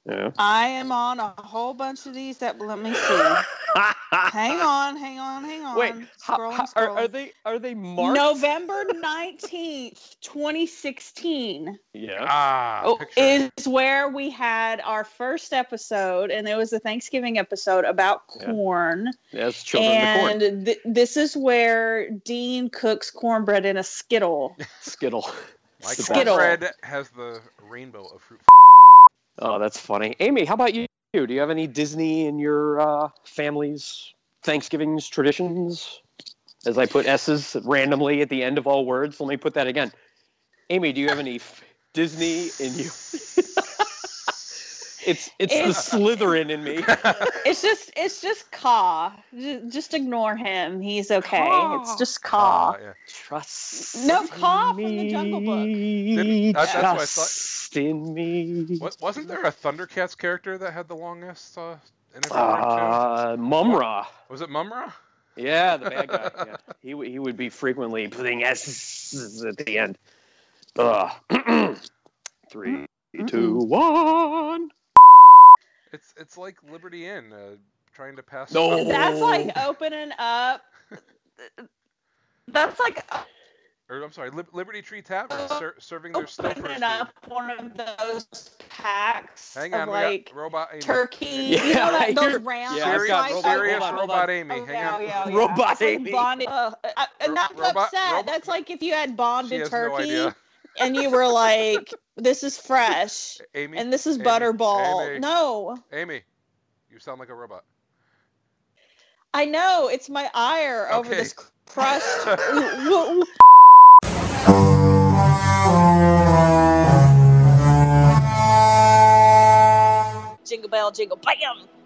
Speaker 3: Yeah.
Speaker 2: I am on a whole bunch of these. That let me see. hang on, hang on, hang on.
Speaker 3: Wait, how-
Speaker 2: scrolling,
Speaker 3: how- are, are they are they marked?
Speaker 2: November 19th, 2016.
Speaker 3: Yeah.
Speaker 5: Ah,
Speaker 2: Oh,
Speaker 5: picture.
Speaker 2: is where we had our first episode, and it was a Thanksgiving episode about
Speaker 3: Yeah.
Speaker 2: corn.
Speaker 3: As children of the corn.
Speaker 2: and th- this is where Dean cooks cornbread in a skittle.
Speaker 3: Skittle.
Speaker 5: My
Speaker 3: Skittle.
Speaker 5: cornbread has the rainbow of fruit.
Speaker 3: Oh, that's funny. Amy, how about you? Do you have any Disney in your uh, family's Thanksgivings traditions? As I put S's randomly at the end of all words, let me put that again. Amy, do you have any f- Disney in you? it's it's the
Speaker 2: It's-
Speaker 3: Slytherin in me.
Speaker 2: It's just, it's just Ka. J- Just ignore him. He's okay.
Speaker 3: Caw.
Speaker 2: It's just
Speaker 4: Uh,
Speaker 5: Ah,
Speaker 2: Ka.
Speaker 5: yeah.
Speaker 3: Trust.
Speaker 2: No, Ka from the Jungle Book.
Speaker 3: Book.
Speaker 5: Didn't- that- that's what I thought.
Speaker 3: Trust in me.
Speaker 5: What, wasn't there a Thundercats
Speaker 2: Uh,
Speaker 5: character that had the longest uh, interview?
Speaker 3: Uh, Mumra.
Speaker 5: Was it Mumra?
Speaker 3: Yeah, the bad guy. Yeah. He, w- he would be frequently putting S at the end. Ugh. Three, two, one.
Speaker 4: It's it's like Liberty Inn uh, trying to pass.
Speaker 3: No.
Speaker 2: That's
Speaker 3: Oh.
Speaker 2: like opening up. That's like
Speaker 4: Or, I'm sorry, Lib- Liberty Tree Tavern ser- serving their snow
Speaker 2: opening Oh. up one of those packs
Speaker 4: Hang
Speaker 2: of
Speaker 4: on, we got
Speaker 2: like
Speaker 4: robot Amy.
Speaker 2: turkey. you
Speaker 3: Yeah,
Speaker 2: know that,
Speaker 3: you're-
Speaker 2: those round
Speaker 3: yeah, I've
Speaker 4: Serious,
Speaker 3: got
Speaker 2: slices?
Speaker 3: robot-
Speaker 4: serious
Speaker 3: hold on, hold
Speaker 4: robot
Speaker 3: on.
Speaker 4: Amy.
Speaker 2: Oh,
Speaker 4: Hang
Speaker 2: yeah,
Speaker 4: on.
Speaker 2: yeah, yeah.
Speaker 3: Robot
Speaker 2: It's like
Speaker 3: Amy.
Speaker 2: bonded- uh, I, I'm not
Speaker 4: Robot-
Speaker 2: upset.
Speaker 4: robot-
Speaker 2: That's like if you had
Speaker 4: She
Speaker 2: bonded
Speaker 4: has no
Speaker 2: turkey
Speaker 4: idea.
Speaker 2: and you were like, "This is fresh
Speaker 4: Amy,
Speaker 2: and this is
Speaker 4: Amy,
Speaker 2: butterball."
Speaker 4: Amy.
Speaker 2: No,
Speaker 4: Amy, you sound like a robot.
Speaker 2: I know it's my ire over
Speaker 4: Okay.
Speaker 2: this crushed. Ooh, ooh, ooh. Jingle bell, jingle bam.